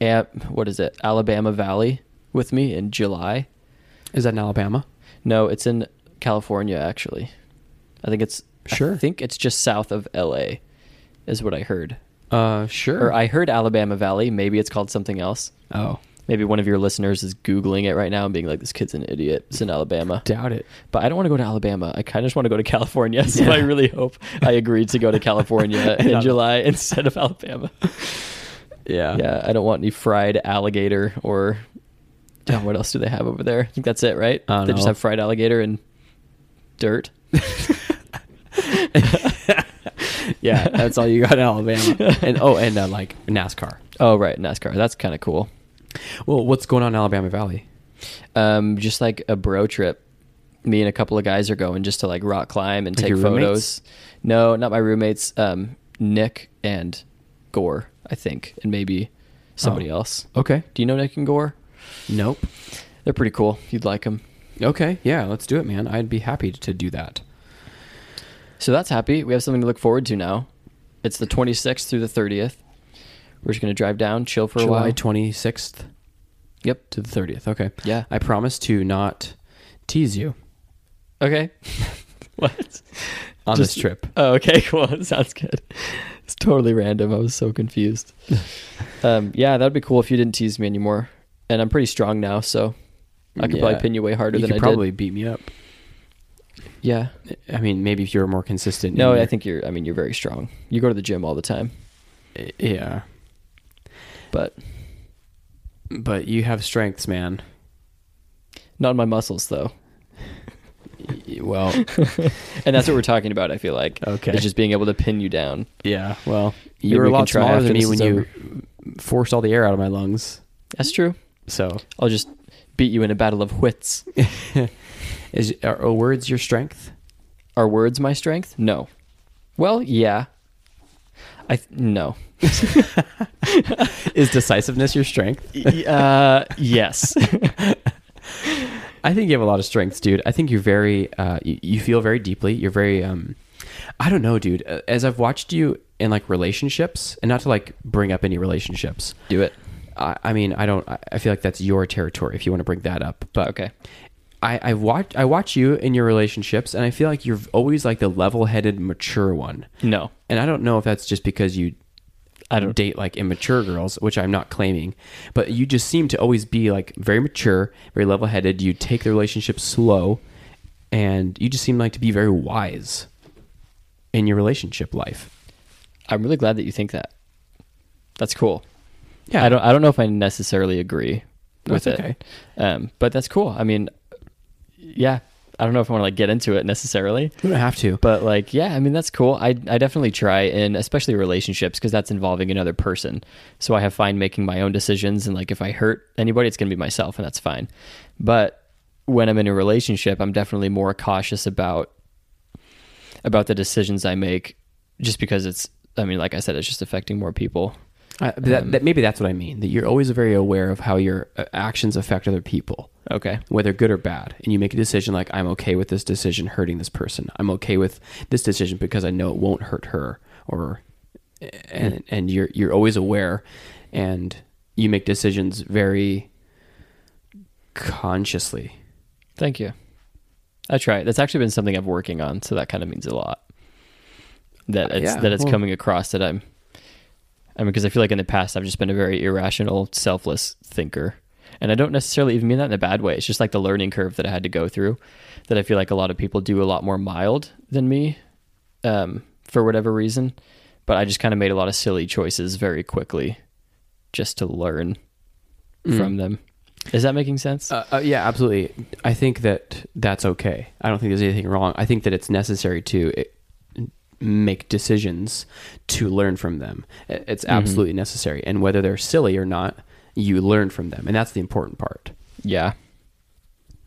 B: Am- what is it? Alabama Valley with me in July?
A: is that in Alabama?
B: No, it's in California actually. I think it's I
A: Sure.
B: think it's just south of LA is what I heard.
A: Uh, sure.
B: Or I heard Alabama Valley, maybe it's called something else.
A: oh,
B: Maybe one of your listeners is googling it right now and being like this kid's an idiot. It's in Alabama.
A: doubt it.
B: But I don't want to go to Alabama. I kind of just want to go to California. So
A: Yeah.
B: I really hope I agreed to go to California in
A: Not-
B: July instead of Alabama.
A: Yeah.
B: Yeah, I don't want any fried alligator or oh, what else do they have over there? I think that's it, right?
A: I don't
B: they just
A: know.
B: have fried alligator and dirt.
A: yeah, that's all you got in Alabama. And oh, and uh, like NASCAR.
B: Oh, right, NASCAR. That's kind of cool.
A: Well, what's going on in Alabama Valley?
B: Um, just like a bro trip. Me and a couple of guys are going just to like rock climb and
A: Like
B: take
A: your
B: photos. No, not my roommates. Um, Nick and Gore, I think, and maybe somebody
A: Oh.
B: else.
A: Okay.
B: Do you know Nick and Gore?
A: Nope.
B: They're pretty cool. You'd like them.
A: Okay. Yeah, let's do it, man. I'd be happy to do that.
B: So that's happy. We have something to look forward to now. It's the 26th through the 30th. We're just going to drive down, chill for a
A: July
B: while.
A: twenty sixth
B: yep.
A: to the thirtieth. Okay.
B: Yeah.
A: I promise to not tease you
B: Okay. what?
A: on
B: Just-
A: this trip.
B: Oh, okay, cool. Sounds good. It's totally random. I was so confused. um, yeah, that'd be cool if you didn't tease me anymore. And I'm pretty strong now, so I could probably
A: Yeah.
B: pin you way harder
A: you
B: than
A: could
B: I
A: probably beat me up.
B: did. Yeah.
A: I mean, maybe if you were more consistent. in
B: No, I
A: your-
B: think you're. I mean, you're very strong. You go to the gym all the time,
A: Yeah,
B: but
A: but you have strengths, man.
B: not my muscles though.
A: Y- Well,
B: And that's what we're talking about. I feel like.
A: Okay.
B: It's just being able to pin you down.
A: yeah. Well,
B: Maybe
A: you were
B: we
A: a
B: can
A: lot
B: try
A: smaller
B: after
A: than me
B: this
A: when
B: is
A: you forced all the air out of my lungs.
B: That's true.
A: So,
B: I'll just beat you in a battle of wits.
A: is are, are words your strength?
B: Are words my strength? No. Well, yeah. I th- no.
A: Is decisiveness your strength?
B: uh, yes.
A: I think you have a lot of strengths, dude. I think you're very, uh, you, you feel very deeply. You're very, um, I don't know, dude. Uh, As I've watched you in like relationships, and not to like bring up any relationships,
B: Do it.
A: I, I mean, I don't. I- I feel like that's your territory if you want to bring that up. But
B: Okay.
A: I, I watch I watch you in your relationships, and I feel like you're always like the level-headed, mature one.
B: No.
A: And I don't know if that's just because you
B: I don't-
A: date like immature girls, which I'm not claiming, but you just seem to always be like very mature, very level-headed. You take the relationship slow, and you just seem like to be very wise in your relationship life.
B: I'm really glad that you think that. That's cool.
A: Yeah.
B: I don't. I don't know if I necessarily agree with
A: That's
B: it.
A: okay.
B: Um, but that's cool. I mean, yeah. I don't know if I want to like get into it necessarily.
A: You don't have to.
B: But like, yeah, I mean that's cool. I I definitely try and especially relationships because that's involving another person. So I have fine making my own decisions and like if I hurt anybody, it's gonna be myself and that's fine. But when I'm in a relationship, I'm definitely more cautious about about the decisions I make just because it's I mean, like I said, it's just affecting more people.
A: Uh, that,
B: Um,
A: that maybe that's what I mean. That you're always very aware of how your uh, actions affect other people,
B: Okay.
A: whether good or bad, and you make a decision like I'm okay with this decision hurting this person. I'm okay with this decision because I know it won't hurt her, or and and you're you're always aware, and you make decisions very consciously.
B: Thank you. I try. That's actually been something I'm working on, so that kind of means a lot. That
A: Uh,
B: it's
A: yeah,
B: that it's
A: well-
B: coming across that I'm. I mean, because I feel like in the past I've just been a very irrational, selfless thinker, and I don't necessarily even mean that in a bad way. It's just like the learning curve that I had to go through. That I feel like a lot of people do a lot more mild than me, um, for whatever reason. But I just kind of made a lot of silly choices very quickly, just to learn
A: Mm.
B: from them. Is that making sense?
A: Uh, uh, yeah, absolutely. I think that that's okay. I don't think there's anything wrong. I think that it's necessary to eh, make decisions to learn from them. I- It's absolutely necessary. And whether they're silly or not, you learn from them. And that's the important part.
B: Yeah.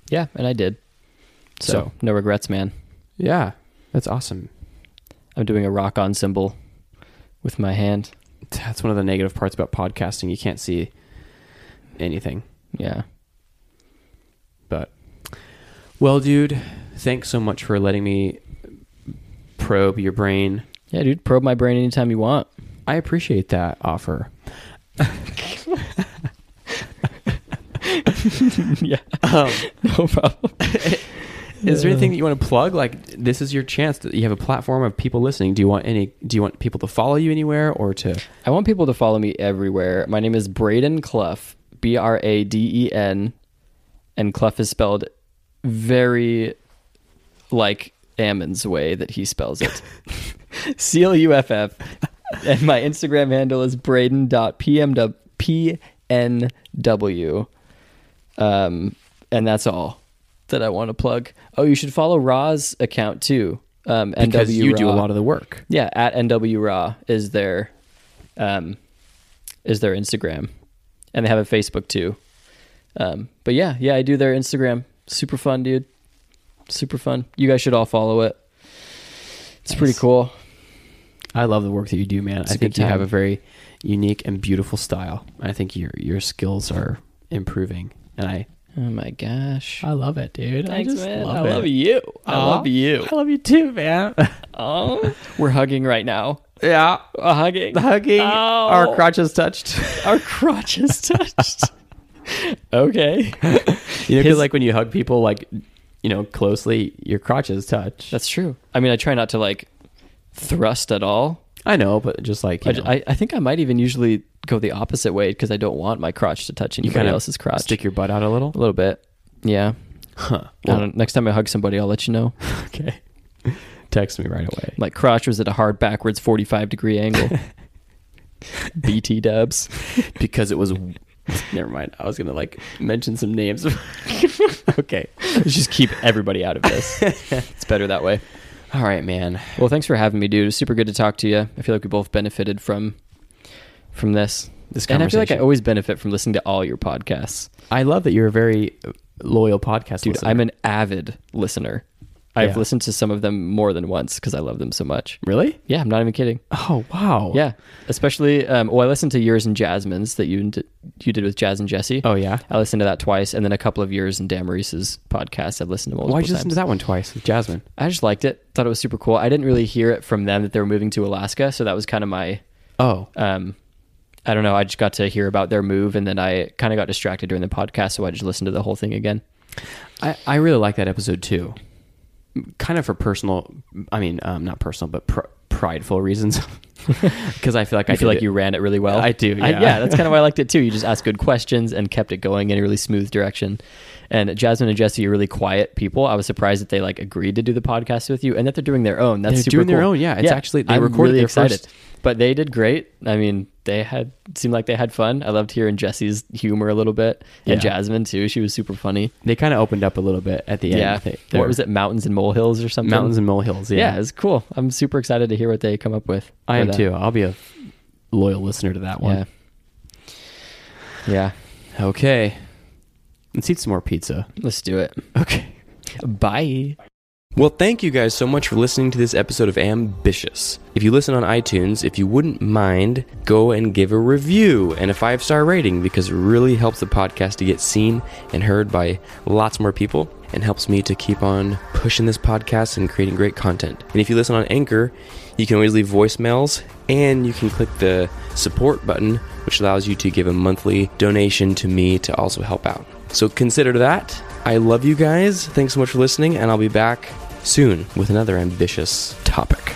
B: Yeah, and I did. So,
A: So.
B: no regrets, man.
A: Yeah, that's awesome.
B: I'm doing a rock on symbol with my hand.
A: That's one of the negative parts about podcasting. You can't see anything.
B: Yeah.
A: But, well, dude, thanks so much for letting me probe your brain.
B: Yeah, dude, probe my brain anytime you want.
A: I appreciate that offer.
B: yeah.
A: Um,
B: No problem.
A: Is there anything that you want to plug? Like this is your chance. That you have a platform of people listening. Do you want any? Do you want people to follow you anywhere or to?
B: I want people to follow me everywhere. My name is Braden Clough, B R A D E N, and Clough is spelled very like Ammon's way that he spells it. C L U F F. And my Instagram handle is braden.pmw. Um, and that's all that I want to plug. Oh, you should follow Ra's account too. Um,
A: Because
B: NW
A: you do a
B: Ra.
A: lot of the work.
B: Yeah, at NW Raw is their um is their Instagram. And they have a Facebook too. Um but yeah, yeah, I do their Instagram. Super fun, dude. Super fun. You guys should all follow it. It's pretty cool.
A: I love the work that you do, man.
B: It's
A: I
B: a
A: think
B: good
A: you have
B: time.
A: a very unique and beautiful style. And I think your your skills are improving. And I
B: Oh my gosh.
A: I love it, dude.
B: Thanks, man. I love you. I love you.
A: I love you too, man.
B: Oh. We're hugging right now.
A: yeah,
B: We're hugging.
A: hugging.
B: Our
A: crotches touched.
B: Our crotch is touched. okay.
A: you know, 'cause
B: His-
A: like when you hug people, like you know, closely, your crotches touch.
B: That's true. I mean, I try not to like thrust at all.
A: I know, but just like you
B: I,
A: know.
B: I, I think I might even usually go the opposite way because I don't want my crotch to touch anybody
A: kinda
B: else's crotch.
A: stick your butt out a little.
B: a little bit. Yeah.
A: Huh.
B: I don't- next time I hug somebody, I'll let you know.
A: okay. Text me right away.
B: My crotch was at a hard backwards 45 degree angle. BT dubs.
A: Because it was. Never mind. I was gonna like mention some names. okay.
B: Let's just keep everybody out of this. it's better that way.
A: All right, man.
B: Well, thanks for having me, dude. It was super good to talk to you. I feel like we both benefited from from this.
A: This
B: And I feel like I
A: conversation.
B: always benefit from listening to all your podcasts.
A: I love that you're a very uh, loyal podcast
B: Dude,
A: listener.
B: I'm an avid listener. I've
A: Yeah.
B: listened to some of them more than once because I love them so much.
A: really.
B: Yeah, I'm not even kidding.
A: Oh wow.
B: Yeah, especially um, well, I listened to yours and Jasmine's that you d- you did with Jazz and Jesse.
A: Oh yeah.
B: I listened to that twice, and then a couple of yours and Damaris's podcast. I've listened to multiple
A: Why'd you
B: times.
A: listen to that one twice with Jasmine?
B: I just liked it. Thought it was super cool. I didn't really hear it from them that they were moving to Alaska, so that was kind of my
A: Oh.
B: um, I don't know. I just got to hear about their move, and then I kind of got distracted during the podcast, so I just listened to the whole thing again.
A: I, I really like that episode too. Kind of for personal, I mean, um, not personal, but pr- prideful reasons. Because I feel like
B: I
A: I
B: feel
A: did
B: like
A: it-
B: you ran it really well.
A: I do, yeah.
B: yeah, that's kind of why I liked it too. You just asked good questions and kept it going in a really smooth direction. And Jasmine and Jesse are really quiet people. I was surprised that they like agreed to do the podcast with you and that they're doing their own. That's
A: They're
B: super
A: doing their
B: cool.
A: own, yeah. It's actually- they
B: I'm
A: recorded
B: really
A: their
B: excited,
A: first-
B: but they did great. I mean, they had seemed like they had fun. I loved hearing Jesse's humor a little bit and
A: Yeah.
B: Jasmine too. She was super funny.
A: they kind of opened up a little bit at the end.
B: Yeah.
A: They-
B: what
A: they're-
B: was it? Mountains and molehills or something?
A: Mountains and molehills. Yeah,
B: Yeah, it's cool. I'm super excited to hear what they come up with.
A: I
B: for
A: am
B: that.
A: too. I'll be a loyal listener to that one.
B: Yeah. Yeah.
A: Okay, let's eat some more pizza.
B: Let's do it.
A: Okay.
B: Bye.
A: Well, thank you guys so much for listening to this episode of Ambitious. If you listen on iTunes, if you wouldn't mind, go and give a review and a five star rating because it really helps the podcast to get seen and heard by lots more people and helps me to keep on pushing this podcast and creating great content. And if you listen on Anchor, you can always leave voicemails and you can click the support button, which allows you to give a monthly donation to me to also help out. So consider that. I love you guys. Thanks so much for listening, and I'll be back soon with another ambitious topic.